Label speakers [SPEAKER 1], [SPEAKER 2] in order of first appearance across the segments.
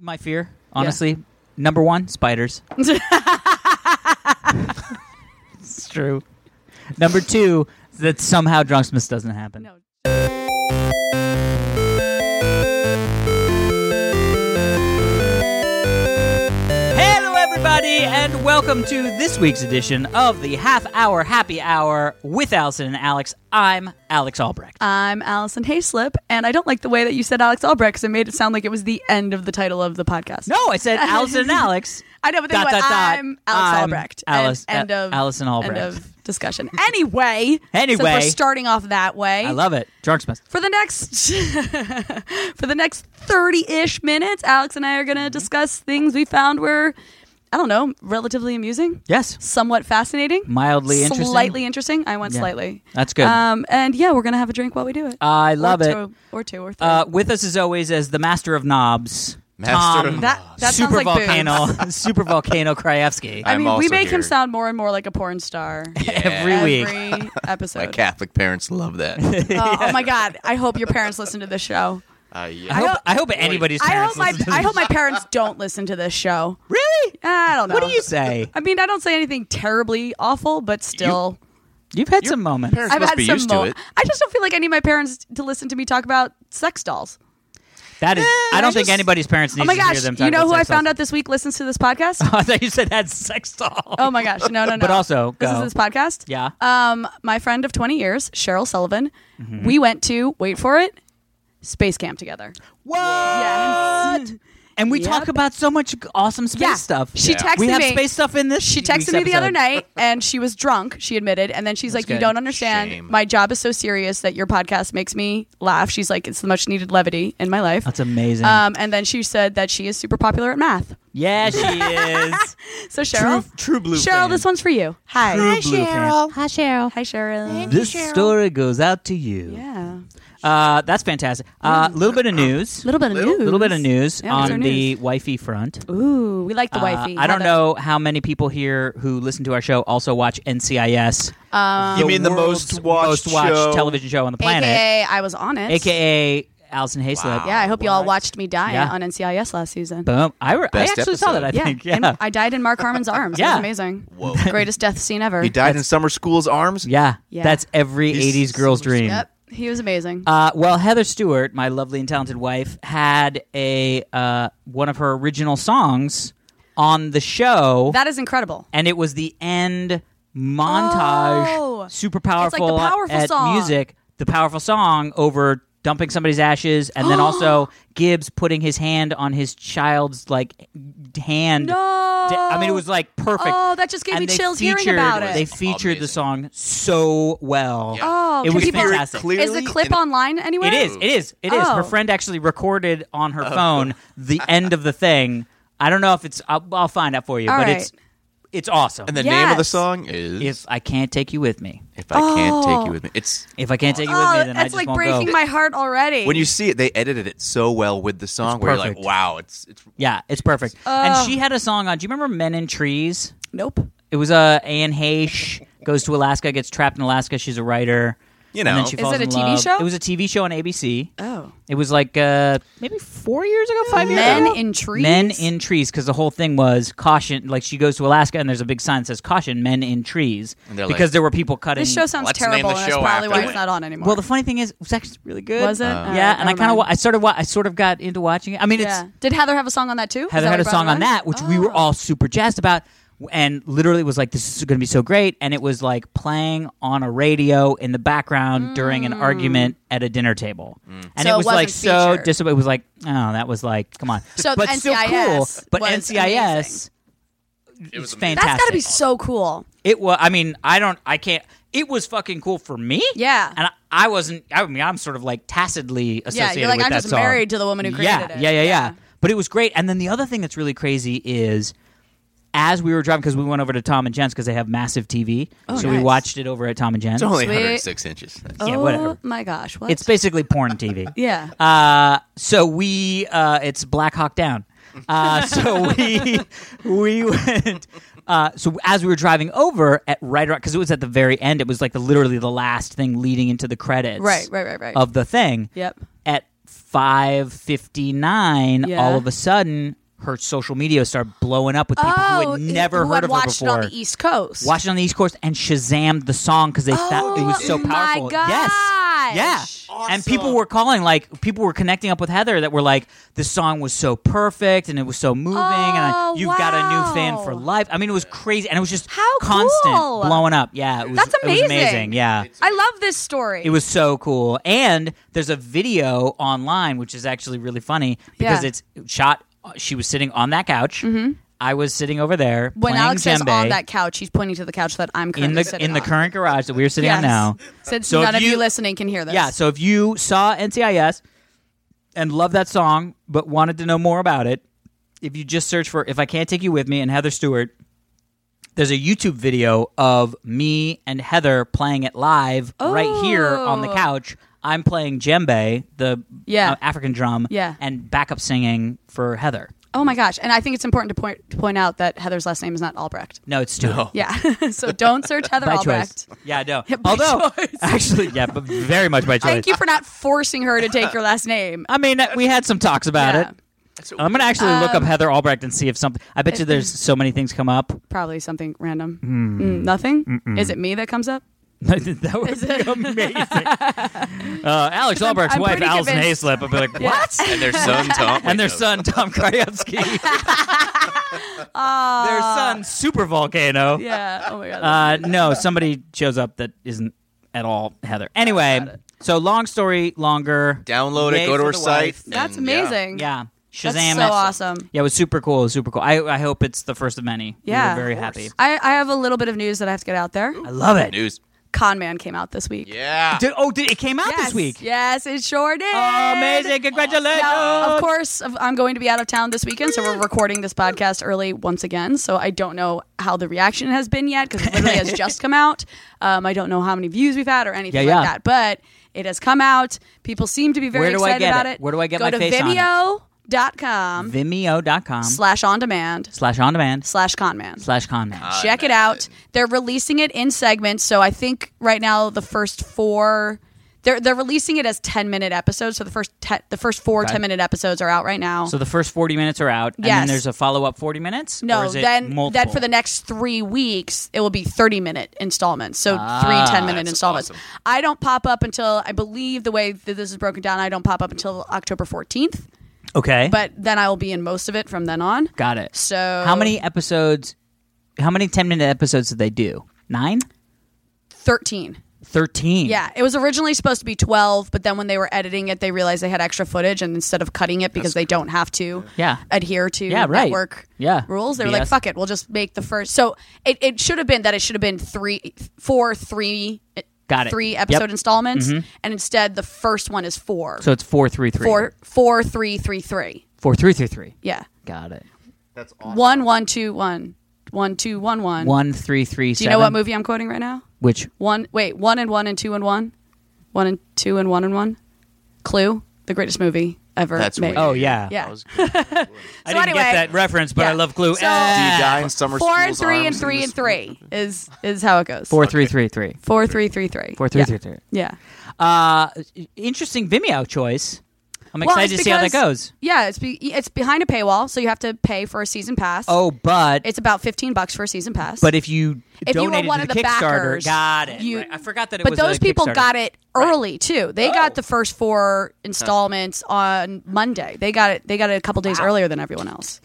[SPEAKER 1] my fear, honestly, number one, spiders. it's true. Number two, that somehow Drunksmith doesn't happen.
[SPEAKER 2] No.
[SPEAKER 1] Hello, everybody, and welcome to this week's edition of the Half Hour Happy Hour with Allison and Alex. I'm Alex Albrecht.
[SPEAKER 2] I'm Allison Hayslip, and I don't like the way that you said Alex Albrecht because it made it sound like it was the end of the title of the podcast.
[SPEAKER 1] No, I said Allison and Alex.
[SPEAKER 2] I know, but then
[SPEAKER 1] Dot,
[SPEAKER 2] you went,
[SPEAKER 1] dot, dot.
[SPEAKER 2] I'm Alex
[SPEAKER 1] I'm
[SPEAKER 2] Albrecht.
[SPEAKER 1] Alice-
[SPEAKER 2] and, end
[SPEAKER 1] A-
[SPEAKER 2] of
[SPEAKER 1] Allison Albrecht.
[SPEAKER 2] End of discussion. Anyway, since
[SPEAKER 1] Anyway.
[SPEAKER 2] we're starting off that way.
[SPEAKER 1] I love it. Drunksmith.
[SPEAKER 2] for the next for the next 30-ish minutes alex and i are going
[SPEAKER 1] Mm-hmm.
[SPEAKER 2] to discuss things we found were i don't know relatively amusing
[SPEAKER 1] Yes.
[SPEAKER 2] somewhat fascinating
[SPEAKER 1] Mildly interesting.
[SPEAKER 2] slightly interesting i went
[SPEAKER 1] Yeah.
[SPEAKER 2] slightly
[SPEAKER 1] That's good.
[SPEAKER 2] um, and yeah we're going to have a drink while we do it
[SPEAKER 1] I love
[SPEAKER 2] or
[SPEAKER 1] it.
[SPEAKER 2] two, or two or three
[SPEAKER 1] Uh, with us as always as the master of knobs,
[SPEAKER 3] Master
[SPEAKER 1] Tom,
[SPEAKER 3] of
[SPEAKER 2] that that sounds
[SPEAKER 1] super
[SPEAKER 2] like boobs.
[SPEAKER 1] volcano, super volcano Krajewski.
[SPEAKER 2] i
[SPEAKER 3] I'm
[SPEAKER 2] mean we
[SPEAKER 3] also
[SPEAKER 2] make him
[SPEAKER 3] here.
[SPEAKER 2] sound more and more like a porn star
[SPEAKER 1] every week.
[SPEAKER 2] every
[SPEAKER 3] My
[SPEAKER 2] episode
[SPEAKER 3] Catholic parents love that.
[SPEAKER 2] Oh, oh my god i hope your parents listen to this show
[SPEAKER 3] uh,
[SPEAKER 1] I
[SPEAKER 3] yeah.
[SPEAKER 1] hope,
[SPEAKER 2] hope-
[SPEAKER 1] I hope anybody's
[SPEAKER 2] i
[SPEAKER 1] parents
[SPEAKER 2] hope my
[SPEAKER 1] listen to
[SPEAKER 2] i
[SPEAKER 1] this.
[SPEAKER 2] hope my parents don't listen to this show
[SPEAKER 1] really.
[SPEAKER 2] I don't know.
[SPEAKER 1] What do you say?
[SPEAKER 2] I mean, I don't say anything terribly awful, but still,
[SPEAKER 1] You've had some moments.
[SPEAKER 3] parents-
[SPEAKER 2] I've
[SPEAKER 3] must
[SPEAKER 2] had
[SPEAKER 3] be
[SPEAKER 2] some.
[SPEAKER 3] used to
[SPEAKER 2] mo-
[SPEAKER 3] it.
[SPEAKER 2] I just don't feel like I need my parents to listen to me talk about sex dolls.
[SPEAKER 1] That is, I don't
[SPEAKER 2] I
[SPEAKER 1] think
[SPEAKER 2] just-
[SPEAKER 1] anybody's parents need
[SPEAKER 2] oh my
[SPEAKER 1] to hear
[SPEAKER 2] gosh!
[SPEAKER 1] them.
[SPEAKER 2] You know who I found out this week listens to this podcast?
[SPEAKER 1] I thought you said that's sex doll.
[SPEAKER 2] oh my gosh! No, no, no.
[SPEAKER 1] But also,
[SPEAKER 2] this
[SPEAKER 1] go.
[SPEAKER 2] is this podcast.
[SPEAKER 1] Yeah.
[SPEAKER 2] Um, my friend of twenty years, Cheryl Sullivan.
[SPEAKER 1] Mm-hmm.
[SPEAKER 2] We went to wait for it, space camp together.
[SPEAKER 1] What?
[SPEAKER 2] Yes.
[SPEAKER 1] And we
[SPEAKER 2] Yep.
[SPEAKER 1] talk about so much g- awesome space
[SPEAKER 2] Yeah.
[SPEAKER 1] stuff.
[SPEAKER 2] She
[SPEAKER 3] Yeah.
[SPEAKER 2] texted
[SPEAKER 1] we have
[SPEAKER 2] me.
[SPEAKER 1] space stuff in this.
[SPEAKER 2] She texted me the other night and she was drunk, she admitted. And then she's like, You
[SPEAKER 1] good.
[SPEAKER 2] don't understand.
[SPEAKER 3] Shame.
[SPEAKER 2] My job is so serious that your podcast makes me laugh. She's like, It's the much needed levity in my life.
[SPEAKER 1] That's amazing.
[SPEAKER 2] Um, and then she said that she is super popular at math.
[SPEAKER 1] yeah, she is.
[SPEAKER 2] So, Cheryl,
[SPEAKER 1] True- true blue
[SPEAKER 2] Cheryl,
[SPEAKER 1] fan.
[SPEAKER 2] this one's for you. Hi.
[SPEAKER 1] True blue fan.
[SPEAKER 2] Hi, Cheryl. Hi, Cheryl.
[SPEAKER 1] This story goes out to you.
[SPEAKER 2] Yeah.
[SPEAKER 1] Uh, that's fantastic. A uh, little bit of news.
[SPEAKER 2] A little bit of news.
[SPEAKER 1] A little bit of news
[SPEAKER 2] Yeah, what's our
[SPEAKER 1] on the wifey front.
[SPEAKER 2] Ooh, we like the
[SPEAKER 1] Uh,
[SPEAKER 2] wifey.
[SPEAKER 1] I don't
[SPEAKER 2] Heather.
[SPEAKER 1] know how many people here who listen to our show also watch NCIS.
[SPEAKER 2] Um,
[SPEAKER 3] you mean the
[SPEAKER 1] world's
[SPEAKER 3] most watched,
[SPEAKER 1] most watched
[SPEAKER 3] show?
[SPEAKER 1] television show on the planet,
[SPEAKER 2] AKA, I was on it.
[SPEAKER 1] AKA Allison Hayslip.
[SPEAKER 3] Wow.
[SPEAKER 2] Yeah, I hope you all watched me die
[SPEAKER 1] Yeah.
[SPEAKER 2] on NCIS last season.
[SPEAKER 1] Boom. I, re- I
[SPEAKER 3] Best
[SPEAKER 1] actually saw that, I
[SPEAKER 3] episode.
[SPEAKER 2] yeah.
[SPEAKER 1] think. Yeah.
[SPEAKER 2] and I died in Mark Harmon's arms. It
[SPEAKER 1] Yeah.
[SPEAKER 2] was amazing.
[SPEAKER 3] Whoa.
[SPEAKER 2] Greatest death scene ever.
[SPEAKER 3] He died in summer school's arms.
[SPEAKER 1] yeah.
[SPEAKER 2] Yeah.
[SPEAKER 1] That's every 80s girl's dream.
[SPEAKER 2] Yep. He was amazing.
[SPEAKER 1] Uh, well, Heather Stewart, my lovely and talented wife, had a uh, one of her original songs on the show.
[SPEAKER 2] that is incredible.
[SPEAKER 1] and it was the end montage,
[SPEAKER 2] Oh.
[SPEAKER 1] super powerful,
[SPEAKER 2] It's like the powerful
[SPEAKER 1] at
[SPEAKER 2] song.
[SPEAKER 1] music, the powerful song over dumping somebody's ashes, and then also Gibbs putting his hand on his child's like hand.
[SPEAKER 2] No.
[SPEAKER 1] Da- I mean, it was like perfect.
[SPEAKER 2] Oh, that just gave
[SPEAKER 1] And
[SPEAKER 2] me
[SPEAKER 1] they
[SPEAKER 2] chills
[SPEAKER 1] featured,
[SPEAKER 2] hearing about it.
[SPEAKER 1] They featured the
[SPEAKER 3] Amazing.
[SPEAKER 1] song so well.
[SPEAKER 2] Oh,
[SPEAKER 1] it
[SPEAKER 2] can
[SPEAKER 1] was
[SPEAKER 2] people-
[SPEAKER 1] fantastic.
[SPEAKER 3] Clearly
[SPEAKER 2] is the clip
[SPEAKER 3] in-
[SPEAKER 2] online anywhere?
[SPEAKER 1] It is. It is. It is. Her
[SPEAKER 2] Oh.
[SPEAKER 1] friend actually recorded on
[SPEAKER 3] Oh.
[SPEAKER 1] her phone the end of the thing. I don't know if it's. I'll, I'll find out for you.
[SPEAKER 2] All
[SPEAKER 1] but
[SPEAKER 2] right.
[SPEAKER 1] it's it's awesome.
[SPEAKER 3] And the name of the
[SPEAKER 2] Yes.
[SPEAKER 3] song is
[SPEAKER 1] if I can't take you with me,
[SPEAKER 3] If I can't
[SPEAKER 2] Oh.
[SPEAKER 3] take you with me. It's
[SPEAKER 1] if I can't take you with me,
[SPEAKER 2] Oh,
[SPEAKER 1] then I
[SPEAKER 2] that's
[SPEAKER 1] just
[SPEAKER 2] like
[SPEAKER 1] won't
[SPEAKER 2] breaking
[SPEAKER 1] go.
[SPEAKER 2] my heart already.
[SPEAKER 3] when you see it, they edited it so well with the song
[SPEAKER 1] It's
[SPEAKER 3] where you're like,
[SPEAKER 1] perfect.
[SPEAKER 3] wow, it's it's
[SPEAKER 1] yeah, it's perfect.
[SPEAKER 2] Oh.
[SPEAKER 1] and she had a song on. Do you remember Men in Trees?
[SPEAKER 2] nope.
[SPEAKER 1] It was uh, Anne Heche goes to Alaska, gets trapped in Alaska. She's a writer.
[SPEAKER 3] you
[SPEAKER 1] And
[SPEAKER 3] know.
[SPEAKER 1] then she
[SPEAKER 2] Is
[SPEAKER 1] falls
[SPEAKER 2] it a
[SPEAKER 1] in
[SPEAKER 2] TV
[SPEAKER 1] love.
[SPEAKER 2] show?
[SPEAKER 1] It was a TV show on ABC.
[SPEAKER 2] Oh,
[SPEAKER 1] It was like uh, maybe four years ago, five years ago.
[SPEAKER 2] men in trees.
[SPEAKER 1] Men in trees, because the whole thing was caution. Like she goes to Alaska, and there's a big sign that says "caution, men in trees,"
[SPEAKER 3] And they're
[SPEAKER 1] because
[SPEAKER 3] like-
[SPEAKER 1] there were people cutting.
[SPEAKER 2] This show sounds
[SPEAKER 3] Let's name
[SPEAKER 2] terrible,
[SPEAKER 3] the
[SPEAKER 2] and that's
[SPEAKER 3] show
[SPEAKER 2] probably why
[SPEAKER 3] after
[SPEAKER 2] it's
[SPEAKER 3] it.
[SPEAKER 2] not on anymore.
[SPEAKER 1] well, the funny thing is, it was actually really good.
[SPEAKER 2] was it?
[SPEAKER 3] Uh,
[SPEAKER 2] All
[SPEAKER 1] Yeah,
[SPEAKER 2] right,
[SPEAKER 1] and I
[SPEAKER 2] never
[SPEAKER 1] kind of
[SPEAKER 2] mind.
[SPEAKER 1] I sort of wa- I sort of got into watching it. I mean,
[SPEAKER 2] Yeah.
[SPEAKER 1] it's
[SPEAKER 2] Did Heather have a song on that too? Is
[SPEAKER 1] Heather
[SPEAKER 2] that
[SPEAKER 1] had a
[SPEAKER 2] what brought
[SPEAKER 1] song
[SPEAKER 2] her
[SPEAKER 1] on that, which we were
[SPEAKER 2] Oh.
[SPEAKER 1] all super jazzed about. And literally, it was like, this is going to be so great. And it was like playing on a radio in the background during an argument at a dinner table.
[SPEAKER 3] Mm.
[SPEAKER 1] And
[SPEAKER 2] Mm. So
[SPEAKER 1] it
[SPEAKER 2] it
[SPEAKER 1] was like
[SPEAKER 2] wasn't
[SPEAKER 1] so
[SPEAKER 2] featured.
[SPEAKER 1] dis- It was like, oh, that was like, come on.
[SPEAKER 2] So
[SPEAKER 1] but
[SPEAKER 2] the
[SPEAKER 1] still cool.
[SPEAKER 2] NCIS
[SPEAKER 1] But
[SPEAKER 2] was
[SPEAKER 1] NCIS,
[SPEAKER 3] It was
[SPEAKER 1] it's
[SPEAKER 3] amazing.
[SPEAKER 1] fantastic.
[SPEAKER 2] That's got to be so cool.
[SPEAKER 1] It was. I mean, I don't. I can't. It was fucking cool for me.
[SPEAKER 2] Yeah.
[SPEAKER 1] And I, I wasn't. I mean, I'm sort of like tacitly associated
[SPEAKER 2] Yeah, you're like
[SPEAKER 1] with
[SPEAKER 2] I'm
[SPEAKER 1] that
[SPEAKER 2] just
[SPEAKER 1] song.
[SPEAKER 2] married to the woman who created
[SPEAKER 1] yeah,
[SPEAKER 2] it.
[SPEAKER 1] Yeah, yeah, yeah, But it was great. And then the other thing that's really crazy is as we were driving because we went over to Tom and Jen's because they have massive TV, so we
[SPEAKER 2] Oh, nice.
[SPEAKER 1] watched it over at Tom and Jen's.
[SPEAKER 3] It's only
[SPEAKER 2] Sweet.
[SPEAKER 3] 106 inches. That's-
[SPEAKER 1] Yeah,
[SPEAKER 2] oh
[SPEAKER 1] whatever.
[SPEAKER 2] my gosh, what?
[SPEAKER 1] It's basically porn TV.
[SPEAKER 2] yeah.
[SPEAKER 1] Uh, so we, uh, it's Black Hawk Down. Uh, so we we went. Uh, so as we were driving over at right around because it was at the very end, it was like the literally the last thing leading into the credits,
[SPEAKER 2] Right, right, right, right.
[SPEAKER 1] of the thing.
[SPEAKER 2] Yep.
[SPEAKER 1] At 5:59,
[SPEAKER 2] Yeah.
[SPEAKER 1] all of a sudden her social media started blowing up with people who had never
[SPEAKER 2] Oh, who
[SPEAKER 1] heard
[SPEAKER 2] had
[SPEAKER 1] of her
[SPEAKER 2] watched
[SPEAKER 1] before.
[SPEAKER 2] it on the East Coast.
[SPEAKER 1] watched it on the East Coast and Shazammed the song because they thought it was so
[SPEAKER 2] Oh, my
[SPEAKER 1] powerful. Yes,
[SPEAKER 2] gosh.
[SPEAKER 1] yeah, and people were calling like people were connecting up with Heather that were like, this song was so perfect and it was so moving, and I,
[SPEAKER 2] Oh,
[SPEAKER 1] you've got a new fan for
[SPEAKER 2] wow.
[SPEAKER 1] life. I mean, it was crazy, and it was just
[SPEAKER 2] How
[SPEAKER 1] constant
[SPEAKER 2] cool.
[SPEAKER 1] blowing up. Yeah, it was,
[SPEAKER 2] That's
[SPEAKER 1] it was amazing.
[SPEAKER 2] amazing.
[SPEAKER 1] Yeah,
[SPEAKER 2] I love this story.
[SPEAKER 1] it was so cool. And there's a video online, which is actually really funny because
[SPEAKER 2] Yeah. Mm-hmm.
[SPEAKER 1] it's shot. She was sitting on that couch. I was sitting over there
[SPEAKER 2] when
[SPEAKER 1] playing
[SPEAKER 2] Alex says
[SPEAKER 1] djembe
[SPEAKER 2] on that couch, he's pointing to the couch that I'm currently
[SPEAKER 1] in the
[SPEAKER 2] sitting
[SPEAKER 1] in the
[SPEAKER 2] on.
[SPEAKER 1] current garage that we are sitting on now.
[SPEAKER 2] Since
[SPEAKER 1] So if
[SPEAKER 2] none of
[SPEAKER 1] you-
[SPEAKER 2] you listening can hear this.
[SPEAKER 1] Yeah. So if you saw NCIS and loved that song but wanted to know more about it, if you just search for "If I Can't Take You With Me" and Heather Stewart. There's a YouTube video of me and Heather playing it live right here on the
[SPEAKER 2] Oh.
[SPEAKER 1] couch. I'm playing djembe, the
[SPEAKER 2] Yeah.
[SPEAKER 1] uh, African drum,
[SPEAKER 2] Yeah.
[SPEAKER 1] and backup singing for Heather.
[SPEAKER 2] Oh my gosh! And I think it's important to point to point out that Heather's last name is not Albrecht.
[SPEAKER 1] No, it's Stewart.
[SPEAKER 2] Yeah. so don't search Heather
[SPEAKER 1] By
[SPEAKER 2] Albrecht.
[SPEAKER 1] choice. Yeah, no.
[SPEAKER 2] by
[SPEAKER 1] Although,
[SPEAKER 2] choice.
[SPEAKER 1] actually, yeah, but very much by choice.
[SPEAKER 2] Thank you for not forcing her to take your last name.
[SPEAKER 1] I mean, uh, we had some talks about
[SPEAKER 2] Yeah. Um,
[SPEAKER 1] it. I'm gonna actually look up Heather Albrecht and see if something. I bet you there's so many things come up.
[SPEAKER 2] Probably something random. Mm, nothing. Is it me that comes up?
[SPEAKER 1] that would be amazing. uh, Alex Albrecht's
[SPEAKER 2] I'm
[SPEAKER 1] wife,
[SPEAKER 2] pretty
[SPEAKER 1] Alison
[SPEAKER 2] convinced-
[SPEAKER 1] Hayslip, I'd be like, what?
[SPEAKER 3] and their son Tom.
[SPEAKER 1] And their
[SPEAKER 3] Wait, no.
[SPEAKER 1] son Tom Krajewski. their son Super Volcano.
[SPEAKER 2] Ah. Yeah. Oh my god.
[SPEAKER 1] Uh, no, somebody shows up that isn't at all Heather. Anyway, so long story longer.
[SPEAKER 3] Download
[SPEAKER 1] Yay
[SPEAKER 3] it. Go to
[SPEAKER 1] for
[SPEAKER 3] her
[SPEAKER 1] the
[SPEAKER 3] site.
[SPEAKER 1] wife.
[SPEAKER 2] That's
[SPEAKER 3] and, uh, yeah.
[SPEAKER 2] amazing.
[SPEAKER 1] Yeah, Shazam!
[SPEAKER 2] That's so awesome.
[SPEAKER 1] Yeah, it was super cool. It was super cool. I, I hope it's the first of many. We were
[SPEAKER 2] Yeah.
[SPEAKER 1] very
[SPEAKER 2] Of course.
[SPEAKER 1] happy.
[SPEAKER 2] I, I have a little bit of news that I have to get out there.
[SPEAKER 1] I love it.
[SPEAKER 3] News.
[SPEAKER 2] Con Man came out this week.
[SPEAKER 3] Yeah.
[SPEAKER 1] Did, oh, did, it came out
[SPEAKER 2] Yes.
[SPEAKER 1] this week.
[SPEAKER 2] Yes, it sure did.
[SPEAKER 1] Amazing! Congratulations.
[SPEAKER 2] Now,
[SPEAKER 1] Uh,
[SPEAKER 2] of course, of- I'm going to be out of town this weekend, so we're recording this podcast early once again. So I don't know how the reaction has been yet because it literally has just come out. Um, I don't know how many views we've had or anything
[SPEAKER 1] Yeah,
[SPEAKER 2] like
[SPEAKER 1] yeah.
[SPEAKER 2] that, but it has come out. People seem to be very
[SPEAKER 1] Where do I
[SPEAKER 2] excited
[SPEAKER 1] get
[SPEAKER 2] about
[SPEAKER 1] it?
[SPEAKER 2] it.
[SPEAKER 1] Where do I get
[SPEAKER 2] Go
[SPEAKER 1] my
[SPEAKER 2] to
[SPEAKER 1] face on it?
[SPEAKER 2] Vimeo.com
[SPEAKER 1] Vimeo.com
[SPEAKER 2] slash on demand
[SPEAKER 1] slash on demand
[SPEAKER 2] slash conman.
[SPEAKER 1] slash conman.
[SPEAKER 2] Check it out. They're releasing it in segments, so I think right now the first four they're they're releasing it as 10 minute episodes, so the first te- the first four 10 minute episodes are out right now.
[SPEAKER 1] so the first 40 minutes are out, and then
[SPEAKER 2] Yes.
[SPEAKER 1] there's a follow up 40 minutes?
[SPEAKER 2] no,
[SPEAKER 1] Or is it
[SPEAKER 2] then
[SPEAKER 1] multiple?
[SPEAKER 2] then for the next 3 weeks it will be 30 minute installments. So
[SPEAKER 1] Ah,
[SPEAKER 2] three 10 minute
[SPEAKER 3] That's
[SPEAKER 2] installments.
[SPEAKER 3] awesome.
[SPEAKER 2] I don't pop up until I believe the way that this is broken down, I don't pop up until October 14th,
[SPEAKER 1] Okay.
[SPEAKER 2] but then I will be in most of it from then on.
[SPEAKER 1] Got it.
[SPEAKER 2] So
[SPEAKER 1] how many episodes, how many 10 minute episodes did they do? Nine?
[SPEAKER 2] 13.
[SPEAKER 1] 13.
[SPEAKER 2] Yeah, it was originally supposed to be 12, but then when they were editing it, they realized they had extra footage, and instead of cutting it because they don't have to
[SPEAKER 1] Yeah.
[SPEAKER 2] adhere to
[SPEAKER 1] Yeah, right.
[SPEAKER 2] network
[SPEAKER 1] Yeah.
[SPEAKER 2] rules, they were
[SPEAKER 1] BS.
[SPEAKER 2] like, fuck it, we'll just make the first. So it, it should have been that it should have been three, four, three,
[SPEAKER 1] Got it.
[SPEAKER 2] three
[SPEAKER 1] Yep. Mm-hmm.
[SPEAKER 2] episode installments, and instead the first one is four.
[SPEAKER 1] So it's 433.
[SPEAKER 2] four, four, three, three, three.
[SPEAKER 1] 4333.
[SPEAKER 2] Yeah.
[SPEAKER 1] Got it.
[SPEAKER 3] That's awesome.
[SPEAKER 2] One, one, two, one. One, two, one, one. Do
[SPEAKER 1] 1337.
[SPEAKER 2] you know what movie I'm quoting right now?
[SPEAKER 1] Which?
[SPEAKER 2] One wait, one and one and two and one, one and two and one and one. Clue, the greatest movie ever
[SPEAKER 3] That's
[SPEAKER 2] made.
[SPEAKER 3] weird.
[SPEAKER 1] Oh, yeah.
[SPEAKER 2] yeah.
[SPEAKER 3] That was good.
[SPEAKER 1] I
[SPEAKER 2] So
[SPEAKER 1] didn't get
[SPEAKER 2] anyway-
[SPEAKER 1] that reference, but
[SPEAKER 2] Yeah.
[SPEAKER 1] I love Clue.
[SPEAKER 2] So-
[SPEAKER 1] Ah.
[SPEAKER 3] Do you die in summer
[SPEAKER 2] Four and
[SPEAKER 3] school's
[SPEAKER 2] three and
[SPEAKER 3] arms in
[SPEAKER 2] three
[SPEAKER 3] the
[SPEAKER 2] and
[SPEAKER 3] spring?
[SPEAKER 2] three is is how it goes.
[SPEAKER 1] 4333.
[SPEAKER 2] Four, three, three, three. yeah.
[SPEAKER 1] 4333.
[SPEAKER 2] Yeah.
[SPEAKER 1] Uh, interesting Vimeo choice. I'm
[SPEAKER 2] Well,
[SPEAKER 1] excited
[SPEAKER 2] it's
[SPEAKER 1] to see how that
[SPEAKER 2] because-
[SPEAKER 1] goes.
[SPEAKER 2] Yeah, it's be, it's behind a paywall, so you have to pay for a season pass.
[SPEAKER 1] Oh, but
[SPEAKER 2] it's about fifteen bucks for a season pass.
[SPEAKER 1] but if you
[SPEAKER 2] If you were
[SPEAKER 1] donated
[SPEAKER 2] one
[SPEAKER 1] to
[SPEAKER 2] of
[SPEAKER 1] the,
[SPEAKER 2] the
[SPEAKER 1] Kickstarter,
[SPEAKER 2] backers,
[SPEAKER 1] got it.
[SPEAKER 2] you-
[SPEAKER 1] Right. I forgot that it
[SPEAKER 2] but
[SPEAKER 1] was.
[SPEAKER 2] those
[SPEAKER 1] a
[SPEAKER 2] people
[SPEAKER 1] Kickstarter.
[SPEAKER 2] got it early too. They
[SPEAKER 1] Oh.
[SPEAKER 2] got the first four installments on Monday. They got it. They got it a couple days earlier than everyone else.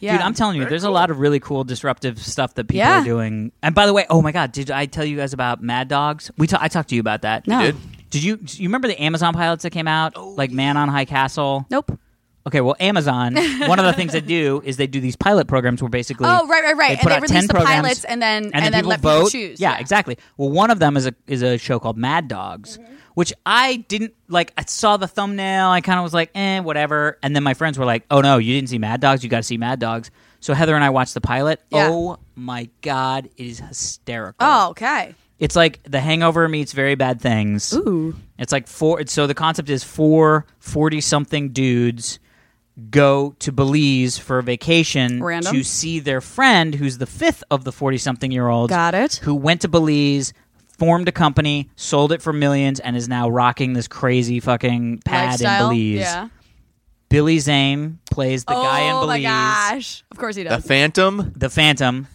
[SPEAKER 2] Yeah,
[SPEAKER 1] Dude, I'm telling you, there's a lot of really cool disruptive stuff that people
[SPEAKER 2] Yeah.
[SPEAKER 1] are doing. And by the way, oh my god, did I tell you guys about Mad Dogs? We ta- I talked to you about that.
[SPEAKER 2] No. Oh,
[SPEAKER 3] did?
[SPEAKER 1] Did you do you remember the Amazon pilots that came out? like Man on High Castle?
[SPEAKER 2] Nope.
[SPEAKER 1] Okay, well, Amazon, one of the things they do is they do these pilot programs where basically.
[SPEAKER 2] Oh, right, right, right.
[SPEAKER 1] They
[SPEAKER 2] And
[SPEAKER 1] put
[SPEAKER 2] they
[SPEAKER 1] out
[SPEAKER 2] release
[SPEAKER 1] 10
[SPEAKER 2] the
[SPEAKER 1] programs,
[SPEAKER 2] pilots and then- and then
[SPEAKER 1] people
[SPEAKER 2] let people
[SPEAKER 1] vote.
[SPEAKER 2] choose.
[SPEAKER 1] Yeah,
[SPEAKER 2] Yeah.
[SPEAKER 1] exactly. Well, one of them is a is a show called Mad Dogs,
[SPEAKER 2] Mm-hmm.
[SPEAKER 1] which I didn't like. I saw the thumbnail. I kind of was like, eh, whatever. And then my friends were like, oh no, you didn't see Mad Dogs. You got to see Mad Dogs. So Heather and I watched the pilot.
[SPEAKER 2] Yeah.
[SPEAKER 1] Oh my god, it is hysterical.
[SPEAKER 2] Oh, okay.
[SPEAKER 1] It's like The Hangover meets Very Bad Things.
[SPEAKER 2] Ooh.
[SPEAKER 1] It's like four. So the concept is four 40 something dudes go to Belize for a vacation
[SPEAKER 2] Random.
[SPEAKER 1] to see their friend, who's the fifth of the 40 something year olds.
[SPEAKER 2] Got it.
[SPEAKER 1] Who went to Belize, formed a company, sold it for millions, and is now rocking this crazy fucking pad
[SPEAKER 2] Lifestyle.
[SPEAKER 1] in Belize.
[SPEAKER 2] Yeah.
[SPEAKER 1] Billy Zane plays the
[SPEAKER 2] oh
[SPEAKER 1] guy in Belize,
[SPEAKER 2] my gosh. Of course he
[SPEAKER 3] The
[SPEAKER 2] does.
[SPEAKER 3] Phantom.
[SPEAKER 1] the Phantom.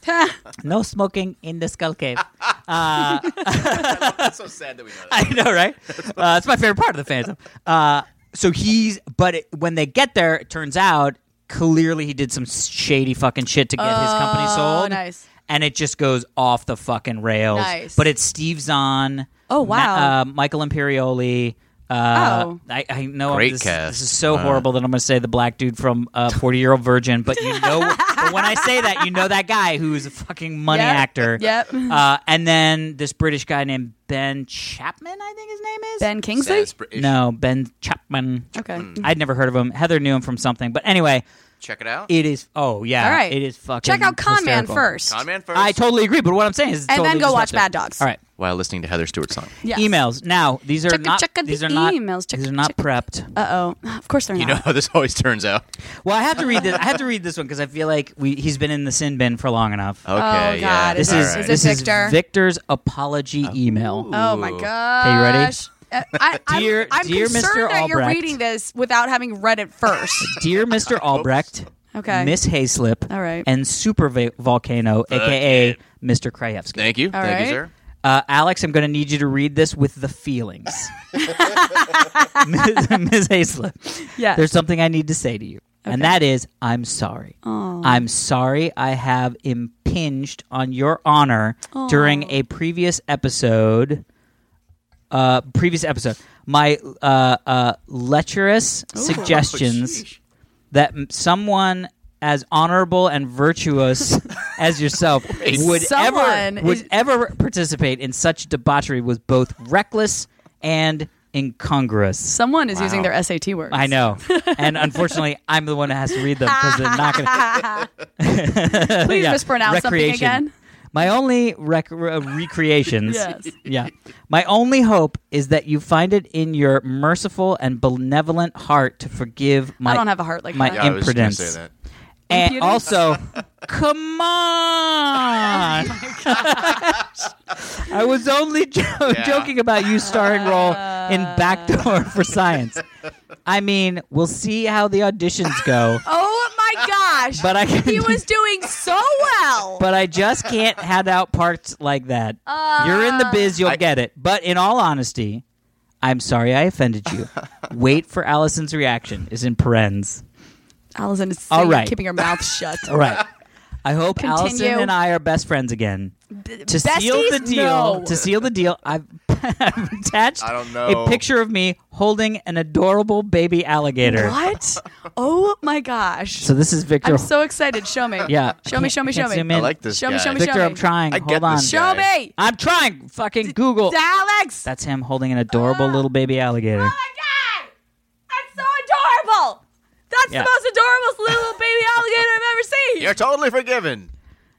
[SPEAKER 1] no smoking in the Skull Cave.
[SPEAKER 3] That's so sad that we know that.
[SPEAKER 1] I know, right? Uh, it's my favorite part of the Phantom. Uh, so he's, but it, when they get there, it turns out clearly he did some shady fucking shit to get his company sold.
[SPEAKER 2] Oh, nice.
[SPEAKER 1] And it just goes off the fucking rails.
[SPEAKER 2] Nice.
[SPEAKER 1] But it's Steve Zahn.
[SPEAKER 2] Oh,
[SPEAKER 1] Ma-
[SPEAKER 2] wow.
[SPEAKER 1] uh, Michael Imperioli. Uh,
[SPEAKER 2] Oh.
[SPEAKER 1] I, I know
[SPEAKER 3] Great
[SPEAKER 1] this,
[SPEAKER 3] cast.
[SPEAKER 1] this is so
[SPEAKER 3] Wow.
[SPEAKER 1] horrible that I'm going to say the black dude from uh, 40 Year Old Virgin, but you know, but when I say that, you know that guy who is a fucking money
[SPEAKER 2] Yep.
[SPEAKER 1] actor.
[SPEAKER 2] Yep.
[SPEAKER 1] Uh, and then this British guy named Ben Chapman, I think his name is.
[SPEAKER 2] ben Kingsley?
[SPEAKER 3] Sounds British.
[SPEAKER 1] No, Ben Chapman.
[SPEAKER 2] Okay.
[SPEAKER 3] Hmm.
[SPEAKER 1] I'd never heard of him. Heather knew him from something, but anyway,
[SPEAKER 3] Check it out.
[SPEAKER 1] it is. Oh yeah,
[SPEAKER 2] All right.
[SPEAKER 1] it is fucking.
[SPEAKER 2] Check out Con Man
[SPEAKER 1] hysterical.
[SPEAKER 2] first.
[SPEAKER 3] Con Man first.
[SPEAKER 1] I totally agree, but what I'm saying is, it's
[SPEAKER 2] And then
[SPEAKER 1] totally
[SPEAKER 2] go watch
[SPEAKER 1] disruptive.
[SPEAKER 2] Bad Dogs.
[SPEAKER 1] All right,
[SPEAKER 3] While listening to Heather Stewart's song.
[SPEAKER 2] Yes.
[SPEAKER 1] emails now. These are
[SPEAKER 2] Checka,
[SPEAKER 1] not.
[SPEAKER 2] checka
[SPEAKER 1] these
[SPEAKER 2] the
[SPEAKER 1] are not
[SPEAKER 2] emails. Checka,
[SPEAKER 1] These are not
[SPEAKER 2] checka.
[SPEAKER 1] prepped.
[SPEAKER 2] Uh oh. Of course they're
[SPEAKER 3] You
[SPEAKER 2] not.
[SPEAKER 3] know how this always turns out.
[SPEAKER 1] Well, I have to read this. I have to read this one because I feel like we, he's been in the sin bin for long enough.
[SPEAKER 3] Okay.
[SPEAKER 2] God,
[SPEAKER 3] Yeah.
[SPEAKER 2] is
[SPEAKER 1] this
[SPEAKER 2] Oh, all
[SPEAKER 1] is
[SPEAKER 2] right.
[SPEAKER 1] this
[SPEAKER 2] Is it Victor?
[SPEAKER 1] is Victor's apology email.
[SPEAKER 2] Oh my
[SPEAKER 3] Ooh.
[SPEAKER 2] gosh.
[SPEAKER 1] you ready?
[SPEAKER 2] Uh, I, I'm,
[SPEAKER 1] Dear-
[SPEAKER 2] I'm
[SPEAKER 1] dear
[SPEAKER 2] concerned
[SPEAKER 1] Mr.
[SPEAKER 2] that you're
[SPEAKER 1] Albrecht.
[SPEAKER 2] reading this without having read it first.
[SPEAKER 1] Dear Mr. Albrecht,
[SPEAKER 2] Okay.
[SPEAKER 1] Miss Hayslip,
[SPEAKER 2] All right.
[SPEAKER 1] and Super Va- Volcano, aka
[SPEAKER 3] it.
[SPEAKER 1] Mr. Krajewski.
[SPEAKER 3] Thank you.
[SPEAKER 2] All
[SPEAKER 3] Thank
[SPEAKER 2] right.
[SPEAKER 3] you, sir.
[SPEAKER 1] Uh, Alex, I'm going to need you to read this with the feelings. Ms. Ms. Hayslip,
[SPEAKER 2] yeah.
[SPEAKER 1] there's something I need to say to you, and that is I'm sorry. I'm sorry I have impinged on your honor during a previous episode. Uh, previous episode, my uh, uh, lecherous
[SPEAKER 3] Oh,
[SPEAKER 1] suggestions that m- someone as honorable and virtuous as yourself would
[SPEAKER 2] Someone
[SPEAKER 1] ever would
[SPEAKER 2] is-
[SPEAKER 1] ever participate in such debauchery was both reckless and incongruous.
[SPEAKER 2] Someone is using their SAT words.
[SPEAKER 1] I know, and unfortunately, I'm the one that has to read them because they're not going to.
[SPEAKER 2] Please mispronounce something again.
[SPEAKER 1] My only rec- uh, recreations.
[SPEAKER 2] Yes.
[SPEAKER 1] Yeah. My only hope is that you find it in your merciful and benevolent heart to forgive my
[SPEAKER 2] I don't have a heart like
[SPEAKER 1] my
[SPEAKER 2] that.
[SPEAKER 1] Yeah,
[SPEAKER 3] I was gonna
[SPEAKER 1] Impudence.
[SPEAKER 3] say that.
[SPEAKER 1] And
[SPEAKER 2] Impudence?
[SPEAKER 1] also, come
[SPEAKER 2] Oh
[SPEAKER 1] on. I was only jo- joking about you starring role in Backdoor for Science. I mean, we'll see how the auditions go,
[SPEAKER 2] Oh my gosh.
[SPEAKER 1] but I
[SPEAKER 2] he
[SPEAKER 1] can,
[SPEAKER 2] was doing so well.
[SPEAKER 1] but I just can't hand out parts like that.
[SPEAKER 2] Uh,
[SPEAKER 1] You're in the biz, you'll
[SPEAKER 3] I-
[SPEAKER 1] get it. But in all honesty, I'm sorry I offended you. Wait for Allison's reaction. Is in parens.
[SPEAKER 2] Allison is
[SPEAKER 1] All
[SPEAKER 2] sitting,
[SPEAKER 1] right.
[SPEAKER 2] keeping her mouth shut.
[SPEAKER 1] All right. I hope Allison
[SPEAKER 2] Continue.
[SPEAKER 1] and I are best friends again. To seal
[SPEAKER 2] besties?
[SPEAKER 1] the deal,
[SPEAKER 2] No.
[SPEAKER 1] to seal the deal, I've, I've attached
[SPEAKER 3] I don't
[SPEAKER 1] a
[SPEAKER 3] know.
[SPEAKER 1] picture of me holding an adorable baby alligator.
[SPEAKER 2] What? Oh my gosh.
[SPEAKER 1] So this is Victor.
[SPEAKER 2] I'm so excited. Show me.
[SPEAKER 1] yeah,
[SPEAKER 2] Show me,
[SPEAKER 1] Can't-
[SPEAKER 2] show me,
[SPEAKER 1] can't
[SPEAKER 2] show me.
[SPEAKER 1] zoom in.
[SPEAKER 3] I like this
[SPEAKER 2] Show me,
[SPEAKER 3] guy.
[SPEAKER 2] show me, show
[SPEAKER 1] Victor, I'm trying.
[SPEAKER 3] I get
[SPEAKER 1] Hold on.
[SPEAKER 3] this
[SPEAKER 2] Show
[SPEAKER 3] guy.
[SPEAKER 2] me.
[SPEAKER 1] I'm trying. Fucking Google.
[SPEAKER 2] Alex.
[SPEAKER 1] That's him holding an
[SPEAKER 2] Ah.
[SPEAKER 1] adorable little baby alligator.
[SPEAKER 2] Oh my god! That's so adorable! That's
[SPEAKER 1] Yeah.
[SPEAKER 2] the most adorable little baby alligator I've ever seen!
[SPEAKER 3] You're totally forgiven.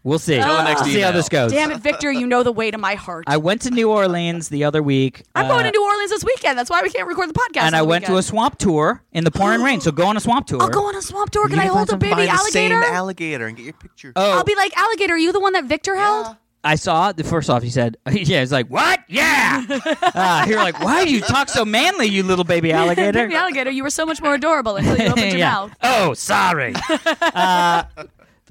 [SPEAKER 1] We'll see.
[SPEAKER 3] Till the next
[SPEAKER 1] see how
[SPEAKER 3] email.
[SPEAKER 1] this goes.
[SPEAKER 2] Damn it, Victor, you know the way to my heart.
[SPEAKER 1] I went to New Orleans the other week.
[SPEAKER 2] I'm
[SPEAKER 1] uh,
[SPEAKER 2] going to New Orleans this weekend. That's why we can't record the podcast.
[SPEAKER 1] and
[SPEAKER 2] on
[SPEAKER 1] I
[SPEAKER 2] the
[SPEAKER 1] went to a
[SPEAKER 2] weekend.
[SPEAKER 1] swamp tour in the pouring rain. So go on a swamp tour.
[SPEAKER 2] I'll go on a swamp tour. Can
[SPEAKER 1] You
[SPEAKER 2] I
[SPEAKER 1] can
[SPEAKER 2] hold
[SPEAKER 1] find
[SPEAKER 2] a
[SPEAKER 1] some-
[SPEAKER 2] baby
[SPEAKER 3] Find the same
[SPEAKER 2] alligator?
[SPEAKER 3] alligator and get your picture.
[SPEAKER 1] Oh,
[SPEAKER 2] I'll be like, alligator, are you the one that Victor held?
[SPEAKER 1] I saw the first off. He said, "Yeah." He's like, "What? Yeah." uh, you're like, "Why do you talk so manly, you little baby alligator?"
[SPEAKER 2] Baby alligator, you were so much more adorable until you opened your
[SPEAKER 1] Yeah.
[SPEAKER 2] mouth.
[SPEAKER 1] Oh, sorry. uh,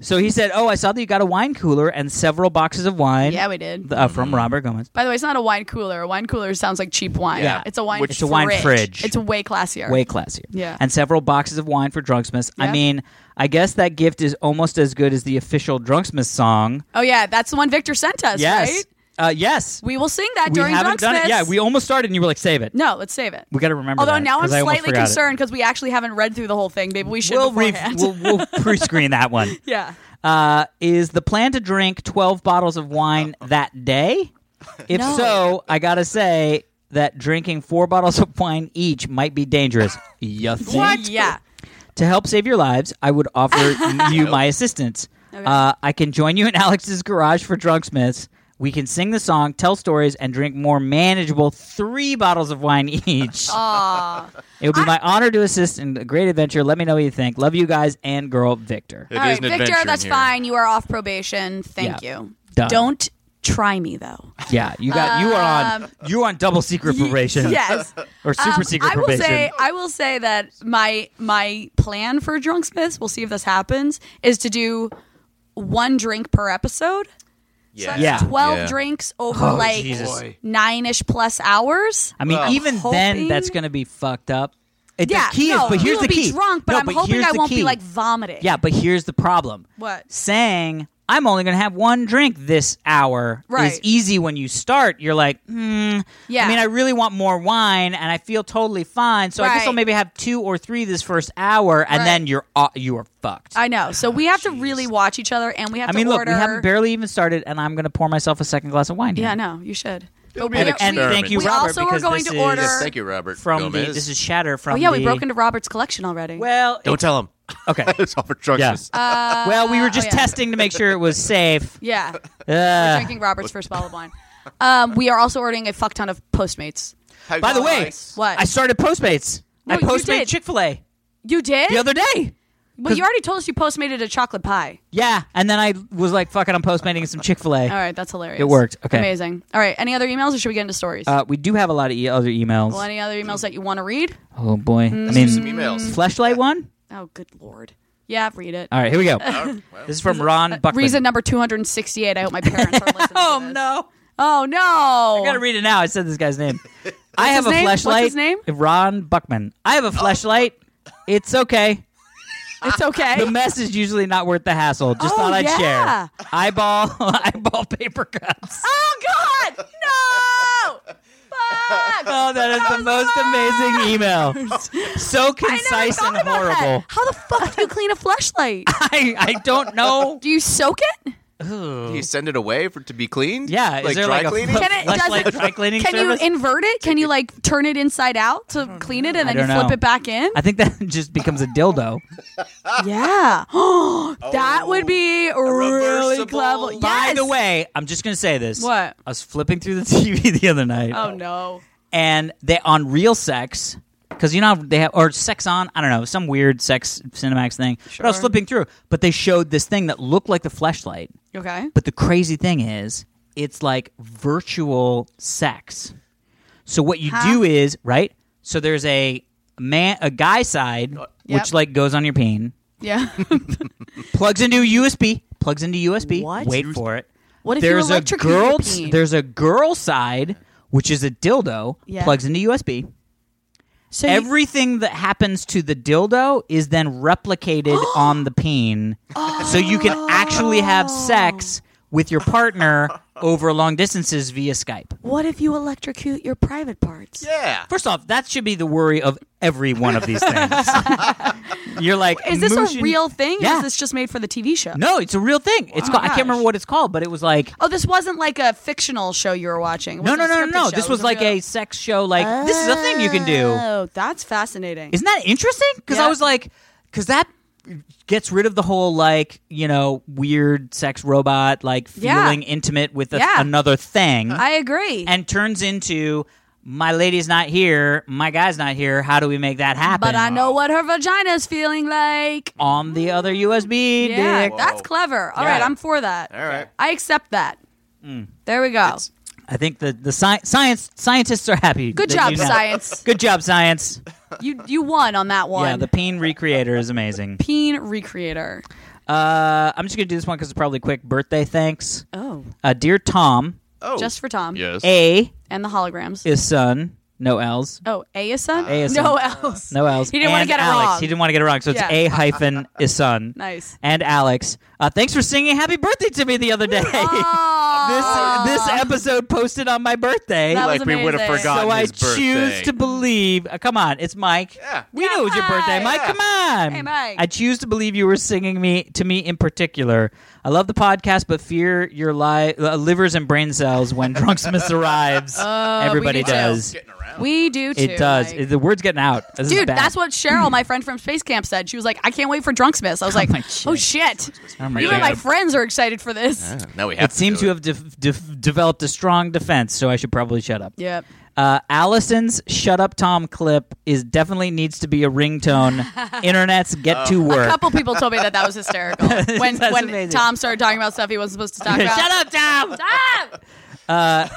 [SPEAKER 1] so he said, "Oh, I saw that you got a wine cooler and several boxes of wine."
[SPEAKER 2] Yeah, we did.
[SPEAKER 1] uh, from Robert Gomez.
[SPEAKER 2] By the way, it's not a wine cooler. A wine cooler sounds like cheap wine.
[SPEAKER 1] Yeah.
[SPEAKER 2] It's a wine
[SPEAKER 1] Which- It's a wine fridge.
[SPEAKER 2] It's way classier.
[SPEAKER 1] Way classier.
[SPEAKER 2] Yeah.
[SPEAKER 1] And several boxes of wine for Drunksmith. I
[SPEAKER 2] Yeah.
[SPEAKER 1] mean, I guess that gift is almost as good as the official Drunksmith song.
[SPEAKER 2] Oh, yeah. That's the one Victor sent us, right?
[SPEAKER 1] yes. Uh, yes.
[SPEAKER 2] We will sing that during
[SPEAKER 1] haven't done it.
[SPEAKER 2] Drunksmiths.
[SPEAKER 1] Yeah, we almost started, and you were like, "Save it."
[SPEAKER 2] No, let's save it.
[SPEAKER 1] We got to remember.
[SPEAKER 2] Although
[SPEAKER 1] that,
[SPEAKER 2] now I'm
[SPEAKER 1] 'cause I almost
[SPEAKER 2] slightly
[SPEAKER 1] forgot it.
[SPEAKER 2] concerned because we actually haven't read through the whole thing. Maybe we should
[SPEAKER 1] We'll, re-
[SPEAKER 2] beforehand.
[SPEAKER 1] we'll we'll pre-screen that one.
[SPEAKER 2] yeah.
[SPEAKER 1] Uh, is the plan to drink twelve bottles of wine that day? If
[SPEAKER 2] No.
[SPEAKER 1] so, I gotta say that drinking four bottles of wine each might be dangerous. you think?
[SPEAKER 2] Yeah.
[SPEAKER 1] To help save your lives, I would offer you my assistance. Uh, I can join you in Alex's garage for drunksmiths. We can sing the song, tell stories, and drink more manageable three bottles of wine each.
[SPEAKER 2] Uh, Aw.
[SPEAKER 1] It would be my honor to assist in a great adventure. Let me know what you think. Love you guys and girl Victor.
[SPEAKER 3] It
[SPEAKER 2] All right,
[SPEAKER 3] is an
[SPEAKER 2] Victor,
[SPEAKER 3] adventure in
[SPEAKER 2] that's
[SPEAKER 3] here.
[SPEAKER 2] fine. You are off probation. Thank
[SPEAKER 1] Yeah.
[SPEAKER 2] you.
[SPEAKER 1] Done.
[SPEAKER 2] Don't Try me though.
[SPEAKER 1] Yeah, you got you are on you are on double secret probation.
[SPEAKER 2] Yes.
[SPEAKER 1] or super
[SPEAKER 2] Um,
[SPEAKER 1] secret
[SPEAKER 2] I will
[SPEAKER 1] probation.
[SPEAKER 2] say I will say that my my plan for Drunksmiths, we'll see if this happens, is to do one drink per episode.
[SPEAKER 3] Yeah.
[SPEAKER 1] Yeah. Oh,
[SPEAKER 2] Twelve
[SPEAKER 3] Yeah.
[SPEAKER 2] drinks over like
[SPEAKER 1] Jesus. Boy.
[SPEAKER 2] nine ish plus hours.
[SPEAKER 1] I mean,
[SPEAKER 3] Well,
[SPEAKER 1] even then,
[SPEAKER 2] hoping-
[SPEAKER 1] that's going to be fucked up. It,
[SPEAKER 2] yeah,
[SPEAKER 1] the key
[SPEAKER 2] no,
[SPEAKER 1] is, but here's
[SPEAKER 2] we'll
[SPEAKER 1] the key.
[SPEAKER 2] Be drunk, but
[SPEAKER 1] No,
[SPEAKER 2] I'm hoping
[SPEAKER 1] here's
[SPEAKER 2] I
[SPEAKER 1] the
[SPEAKER 2] won't
[SPEAKER 1] key.
[SPEAKER 2] be like vomiting.
[SPEAKER 1] Yeah, but here's the problem.
[SPEAKER 2] What?
[SPEAKER 1] Saying I'm only going to have one drink this hour is
[SPEAKER 2] Right.
[SPEAKER 1] easy when you start. You're like, hmm.
[SPEAKER 2] Yeah.
[SPEAKER 1] I mean, I really want more wine, and I feel totally fine. So I guess
[SPEAKER 2] Right.
[SPEAKER 1] I'll maybe have two or three this first hour, and
[SPEAKER 2] Right.
[SPEAKER 1] then you're au- you are fucked.
[SPEAKER 2] I know. So we have to really watch each other, and we have
[SPEAKER 1] I mean,
[SPEAKER 2] to
[SPEAKER 1] look,
[SPEAKER 2] order.
[SPEAKER 1] we haven't barely even started, and I'm going to pour myself a second glass of wine.
[SPEAKER 2] yeah,
[SPEAKER 1] here.
[SPEAKER 2] no, you should.
[SPEAKER 3] It'll
[SPEAKER 2] But
[SPEAKER 3] be an
[SPEAKER 2] we-
[SPEAKER 1] And
[SPEAKER 3] experiment.
[SPEAKER 1] thank you,
[SPEAKER 2] we
[SPEAKER 1] Robert,
[SPEAKER 2] also are
[SPEAKER 1] because
[SPEAKER 2] going
[SPEAKER 1] this
[SPEAKER 2] to
[SPEAKER 1] is
[SPEAKER 2] order-
[SPEAKER 3] Yes, thank you, Robert.
[SPEAKER 1] from
[SPEAKER 3] Gomez.
[SPEAKER 1] the. This is Shatter from.
[SPEAKER 2] Oh yeah,
[SPEAKER 1] the,
[SPEAKER 2] we broke into Robert's collection already.
[SPEAKER 1] Well,
[SPEAKER 3] Don't tell him.
[SPEAKER 1] okay. Uh,
[SPEAKER 3] it's all for drunks.
[SPEAKER 1] Yes. well, we were just
[SPEAKER 2] oh, yeah.
[SPEAKER 1] testing to make sure it was safe.
[SPEAKER 2] yeah,
[SPEAKER 1] Uh,
[SPEAKER 2] drinking Robert's first bottle of wine. Um, we are also ordering a fuck ton of Postmates.
[SPEAKER 1] by the way,
[SPEAKER 2] What?
[SPEAKER 1] I started Postmates. I
[SPEAKER 2] No, you
[SPEAKER 1] Postmate
[SPEAKER 2] did.
[SPEAKER 1] Chick Fil A
[SPEAKER 2] You did?
[SPEAKER 1] the other day.
[SPEAKER 2] well, you already told us you postmated a chocolate pie.
[SPEAKER 1] Yeah, and then I was like, "Fuck it, I'm postmating some Chick Fil A."
[SPEAKER 2] All right, that's hilarious.
[SPEAKER 1] It worked. Okay.
[SPEAKER 2] Amazing. All right, any other emails or should we get into stories?
[SPEAKER 1] Uh, we do have a lot of e- other emails.
[SPEAKER 2] well, any other emails that you want to read?
[SPEAKER 1] oh boy, I
[SPEAKER 3] do
[SPEAKER 2] Mm.
[SPEAKER 3] some
[SPEAKER 1] mean,
[SPEAKER 3] emails.
[SPEAKER 1] flashlight one.
[SPEAKER 2] Oh, good lord. Yeah, read it.
[SPEAKER 1] All right, here we go.
[SPEAKER 3] Oh, well.
[SPEAKER 1] This is from Ron Buckman.
[SPEAKER 2] Uh, Reason number 268. I hope my parents are listening.
[SPEAKER 1] oh
[SPEAKER 2] to this.
[SPEAKER 1] no,
[SPEAKER 2] Oh no.
[SPEAKER 1] I gotta read it now. I said this guy's name. I have
[SPEAKER 2] his
[SPEAKER 1] a
[SPEAKER 2] name? What's
[SPEAKER 1] flashlight.
[SPEAKER 2] his name? Oh.
[SPEAKER 1] Ron Buckman. I have a flashlight. It's okay.
[SPEAKER 2] It's okay.
[SPEAKER 1] The mess is usually not worth the hassle. Just
[SPEAKER 2] Oh,
[SPEAKER 1] thought I'd
[SPEAKER 2] yeah.
[SPEAKER 1] share. Eyeball, eyeball paper cuts.
[SPEAKER 2] oh god. No. Fuck.
[SPEAKER 1] Oh, that is the most amazing email. So
[SPEAKER 2] I never
[SPEAKER 1] concise
[SPEAKER 2] thought
[SPEAKER 1] and
[SPEAKER 2] about that.
[SPEAKER 1] horrible.
[SPEAKER 2] How the fuck do you clean a flashlight?
[SPEAKER 1] I, I don't know.
[SPEAKER 2] Do you soak it?
[SPEAKER 3] Do you send it away for to be cleaned?
[SPEAKER 1] Yeah,
[SPEAKER 3] like
[SPEAKER 1] is there
[SPEAKER 3] dry
[SPEAKER 1] like a
[SPEAKER 3] cleaning?
[SPEAKER 2] Can it- does
[SPEAKER 1] flashlight
[SPEAKER 2] it-
[SPEAKER 1] dry cleaning
[SPEAKER 2] Can
[SPEAKER 1] service?
[SPEAKER 2] you invert it? Can you like turn it inside out to clean it and
[SPEAKER 1] I
[SPEAKER 2] then you
[SPEAKER 1] don't
[SPEAKER 2] flip
[SPEAKER 1] know.
[SPEAKER 2] it back in?
[SPEAKER 1] I think that just becomes a dildo.
[SPEAKER 2] yeah. that would be really
[SPEAKER 3] reversible
[SPEAKER 2] clever.
[SPEAKER 3] light.
[SPEAKER 1] Oh. By
[SPEAKER 2] Yes.
[SPEAKER 1] the way, I'm just gonna say this.
[SPEAKER 2] What?
[SPEAKER 1] I was flipping through the TV the other night,
[SPEAKER 2] Oh no.
[SPEAKER 1] and they on Real Sex because you know how they have or Sex on. I don't know some weird sex Cinemax thing. But I was
[SPEAKER 2] Sure.
[SPEAKER 1] flipping through, but they showed this thing that looked like the flashlight.
[SPEAKER 2] Okay.
[SPEAKER 1] But the crazy thing is, it's like virtual sex. So what you do is right. So there's a man, a guy side, which
[SPEAKER 2] Uh, Yep.
[SPEAKER 1] like goes on your peen,
[SPEAKER 2] Yeah.
[SPEAKER 1] plugs into a USB, plugs into USB.
[SPEAKER 2] What?
[SPEAKER 1] Wait for it.
[SPEAKER 2] What if you
[SPEAKER 1] there's a
[SPEAKER 2] electrocute your
[SPEAKER 1] girl.
[SPEAKER 2] peen?
[SPEAKER 1] There's a girl side, which is a dildo,
[SPEAKER 2] Yeah.
[SPEAKER 1] plugs into USB.
[SPEAKER 2] So you-
[SPEAKER 1] Everything that happens to the dildo is then replicated on the peen. So you can actually have sex
[SPEAKER 2] Oh.
[SPEAKER 1] with your partner over long distances via Skype.
[SPEAKER 2] what if you electrocute your private parts?
[SPEAKER 3] Yeah.
[SPEAKER 1] First off, that should be the worry of every one of these things. You're like,
[SPEAKER 2] Is this
[SPEAKER 1] mooshing-
[SPEAKER 2] a real thing? Or
[SPEAKER 1] Yeah.
[SPEAKER 2] is this just made for the TV show?
[SPEAKER 1] No, it's a real thing. It's called, I
[SPEAKER 2] gosh.
[SPEAKER 1] can't remember what it's called, but it was like
[SPEAKER 2] Oh, this wasn't like a fictional show you were watching. It
[SPEAKER 1] no, no,
[SPEAKER 2] wasn't
[SPEAKER 1] no,
[SPEAKER 2] a
[SPEAKER 1] no,
[SPEAKER 2] scripted
[SPEAKER 1] no.
[SPEAKER 2] show.
[SPEAKER 1] This
[SPEAKER 2] It
[SPEAKER 1] was like
[SPEAKER 2] real-
[SPEAKER 1] a sex show. Like this is a thing you can do.
[SPEAKER 2] Oh, that's fascinating.
[SPEAKER 1] Isn't that interesting? Because I
[SPEAKER 2] Yeah.
[SPEAKER 1] was like, because that gets rid of the whole like you know weird sex robot like
[SPEAKER 2] Yeah.
[SPEAKER 1] feeling intimate with a,
[SPEAKER 2] Yeah.
[SPEAKER 1] another thing,
[SPEAKER 2] I agree.
[SPEAKER 1] and turns into my lady's not here, my guy's not here. How do we make that happen?
[SPEAKER 2] but I know what her vagina is feeling like.
[SPEAKER 1] on the other USB
[SPEAKER 2] Yeah,
[SPEAKER 1] dick.
[SPEAKER 2] that's clever. All
[SPEAKER 1] Yeah. Mm.
[SPEAKER 2] right, I'm for that.
[SPEAKER 3] All right.
[SPEAKER 2] I accept that. There we go.
[SPEAKER 1] I think the the sci- science scientists are happy.
[SPEAKER 2] Good
[SPEAKER 1] that
[SPEAKER 2] job,
[SPEAKER 1] you know-
[SPEAKER 2] science.
[SPEAKER 1] Good job, science.
[SPEAKER 2] You you won on that one.
[SPEAKER 1] Yeah, the peen recreator is amazing.
[SPEAKER 2] peen recreator.
[SPEAKER 1] Uh, I'm just gonna do this one because it's probably quick. Birthday thanks,
[SPEAKER 2] Oh,
[SPEAKER 1] uh, dear Tom.
[SPEAKER 3] Oh.
[SPEAKER 2] just for Tom.
[SPEAKER 3] Yes.
[SPEAKER 1] A
[SPEAKER 2] And the holograms.
[SPEAKER 1] his son, no L's,
[SPEAKER 2] oh, A is son.
[SPEAKER 1] A is son.
[SPEAKER 2] No L's.
[SPEAKER 1] no L's.
[SPEAKER 2] He didn't wanna
[SPEAKER 1] and
[SPEAKER 2] get it
[SPEAKER 1] Alex.
[SPEAKER 2] wrong.
[SPEAKER 1] He didn't want to get it wrong, so it's
[SPEAKER 2] Yeah.
[SPEAKER 1] A hyphen his son.
[SPEAKER 2] Nice.
[SPEAKER 1] And Alex, uh, thanks for singing "Happy Birthday" to me the other day. this this episode posted on my birthday,
[SPEAKER 2] That
[SPEAKER 3] like
[SPEAKER 2] was
[SPEAKER 3] we would have
[SPEAKER 2] amazing.
[SPEAKER 3] forgotten
[SPEAKER 1] so I
[SPEAKER 3] his
[SPEAKER 1] choose
[SPEAKER 3] birthday.
[SPEAKER 1] to believe. uh, come on, it's Mike.
[SPEAKER 3] Yeah.
[SPEAKER 1] We knew it was your birthday, Mike.
[SPEAKER 3] Yeah.
[SPEAKER 1] Come on.
[SPEAKER 2] Hey, Mike.
[SPEAKER 1] I choose to believe you were singing me to me in particular. I love the podcast, but fear your li- uh, livers and brain cells when Drunksmith arrives. Everybody
[SPEAKER 2] Oh, do too.
[SPEAKER 1] does.
[SPEAKER 3] Getting around.
[SPEAKER 2] We do too.
[SPEAKER 1] It does.
[SPEAKER 2] Mike.
[SPEAKER 1] It- the word's getting out. This is
[SPEAKER 2] Dude,
[SPEAKER 1] bad.
[SPEAKER 2] that's what Cheryl, my friend from Space Camp, said. She was like, "I can't wait for Drunksmiths." I was like,
[SPEAKER 1] my
[SPEAKER 2] "Oh shit!"
[SPEAKER 1] Oh my
[SPEAKER 2] Even
[SPEAKER 1] God.
[SPEAKER 2] my friends are excited for this.
[SPEAKER 3] Yeah, now we have
[SPEAKER 1] It seems
[SPEAKER 3] do
[SPEAKER 1] to have de- de- developed a strong defense, so I should probably shut up.
[SPEAKER 2] Yep.
[SPEAKER 1] Uh, Allison's "Shut Up, Tom" clip is definitely needs to be a ringtone. Internet's get to
[SPEAKER 2] A
[SPEAKER 1] work.
[SPEAKER 2] couple people told me that that was hysterical when
[SPEAKER 1] That's
[SPEAKER 2] when
[SPEAKER 1] amazing.
[SPEAKER 2] Tom started talking about stuff he wasn't supposed to talk about.
[SPEAKER 1] Shut up, Tom.
[SPEAKER 2] Stop!
[SPEAKER 1] Uh,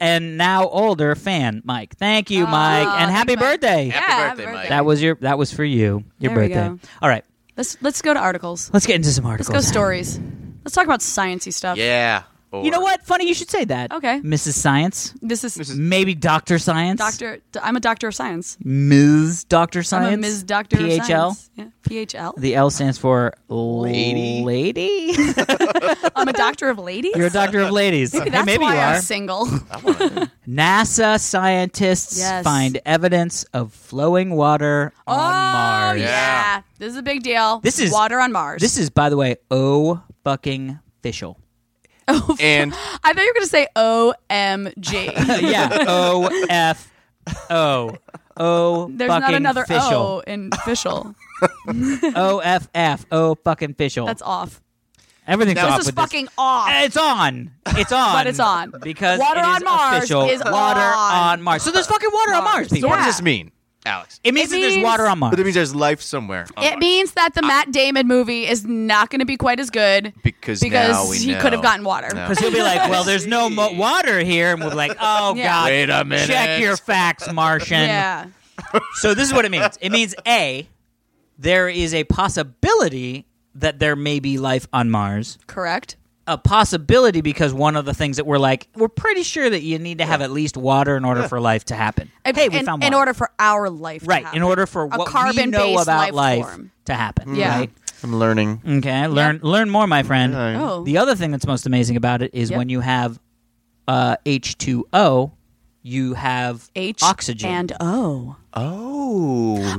[SPEAKER 1] and now older fan Mike. Thank you, Mike, and
[SPEAKER 2] Oh, thank
[SPEAKER 1] happy
[SPEAKER 2] you, Mike.
[SPEAKER 1] birthday.
[SPEAKER 2] Yeah,
[SPEAKER 3] birthday, Mike.
[SPEAKER 1] That was your. That was for you. Your
[SPEAKER 2] There we
[SPEAKER 1] birthday.
[SPEAKER 2] go.
[SPEAKER 1] All right.
[SPEAKER 2] let's let's go to articles.
[SPEAKER 1] Let's get into some articles.
[SPEAKER 2] Let's go stories. Let's talk about sciency stuff.
[SPEAKER 3] Yeah. Or-
[SPEAKER 1] You know what? Funny you should say that.
[SPEAKER 2] Okay.
[SPEAKER 1] Mrs. Science.
[SPEAKER 2] This is
[SPEAKER 1] Maybe Doctor Science.
[SPEAKER 2] doctor. I'm a doctor of science.
[SPEAKER 1] Ms. Doctor Science.
[SPEAKER 2] I'm a Ms. Doctor
[SPEAKER 1] PHL.
[SPEAKER 2] of science. Yeah. PHL.
[SPEAKER 1] The L stands for
[SPEAKER 3] Lady?
[SPEAKER 1] Lady.
[SPEAKER 2] I'm a doctor of ladies.
[SPEAKER 1] You're a doctor of ladies. Hey,
[SPEAKER 2] That's
[SPEAKER 1] maybe
[SPEAKER 2] why
[SPEAKER 1] you are.
[SPEAKER 2] I'm single.
[SPEAKER 1] NASA scientists
[SPEAKER 2] Yes.
[SPEAKER 1] find evidence of flowing water on
[SPEAKER 2] Oh
[SPEAKER 1] Mars.
[SPEAKER 2] yeah.
[SPEAKER 3] Yeah.
[SPEAKER 2] this is a big deal.
[SPEAKER 1] This is-
[SPEAKER 2] water on Mars.
[SPEAKER 1] This is, by the way, oh fucking official.
[SPEAKER 3] And
[SPEAKER 2] I thought you were going to say OMG.
[SPEAKER 1] yeah. O F O. O
[SPEAKER 2] There's
[SPEAKER 1] fucking
[SPEAKER 2] not another
[SPEAKER 1] official.
[SPEAKER 2] O in official.
[SPEAKER 1] O F F. O fucking official.
[SPEAKER 2] That's off.
[SPEAKER 1] Everything's
[SPEAKER 3] This
[SPEAKER 1] off
[SPEAKER 2] This is
[SPEAKER 1] with
[SPEAKER 2] fucking off.
[SPEAKER 1] It's on. It's on.
[SPEAKER 2] But it's on.
[SPEAKER 1] because
[SPEAKER 2] Water
[SPEAKER 1] it
[SPEAKER 2] on
[SPEAKER 1] is
[SPEAKER 2] Mars
[SPEAKER 1] official.
[SPEAKER 2] is
[SPEAKER 1] water
[SPEAKER 2] on.
[SPEAKER 1] on. Mars. So there's fucking water on Mars.
[SPEAKER 2] So
[SPEAKER 1] People.
[SPEAKER 3] what
[SPEAKER 2] Yeah.
[SPEAKER 3] does this mean, Alex?
[SPEAKER 1] It means
[SPEAKER 2] It
[SPEAKER 1] that there's
[SPEAKER 2] means-
[SPEAKER 1] water on Mars.
[SPEAKER 3] But it means there's life somewhere. on
[SPEAKER 2] It
[SPEAKER 3] Mars.
[SPEAKER 2] means that the Matt Damon movie is not going to be quite as good
[SPEAKER 3] Because now we
[SPEAKER 2] he
[SPEAKER 3] know.
[SPEAKER 2] could have gotten water.
[SPEAKER 3] No.
[SPEAKER 1] Because he'll be like, well, there's no mo- water here. And we'll be like, oh,
[SPEAKER 2] Yeah.
[SPEAKER 1] God.
[SPEAKER 3] Wait a minute.
[SPEAKER 1] Check your facts, Martian.
[SPEAKER 2] Yeah.
[SPEAKER 1] So this is what it means. It means A, there is a possibility that there may be life on Mars.
[SPEAKER 2] Correct.
[SPEAKER 1] A possibility because one of the things that we're like, we're pretty sure that you need to have at least water in order for life to happen. hey, we
[SPEAKER 2] in,
[SPEAKER 1] found
[SPEAKER 2] in
[SPEAKER 1] water.
[SPEAKER 2] order for our life. to
[SPEAKER 1] right, in
[SPEAKER 2] happen.
[SPEAKER 1] order for
[SPEAKER 2] A
[SPEAKER 1] what we know
[SPEAKER 2] carbon-based
[SPEAKER 1] about
[SPEAKER 2] life
[SPEAKER 1] life
[SPEAKER 2] form.
[SPEAKER 1] to happen.
[SPEAKER 2] Yeah.
[SPEAKER 1] Right?
[SPEAKER 3] I'm learning.
[SPEAKER 1] Okay, learn learn more, my friend.
[SPEAKER 2] Oh.
[SPEAKER 1] The other thing that's most amazing about it is
[SPEAKER 2] Yep.
[SPEAKER 1] when you have uh, H2O, you have
[SPEAKER 2] H
[SPEAKER 1] oxygen.
[SPEAKER 2] and O.
[SPEAKER 3] Oh.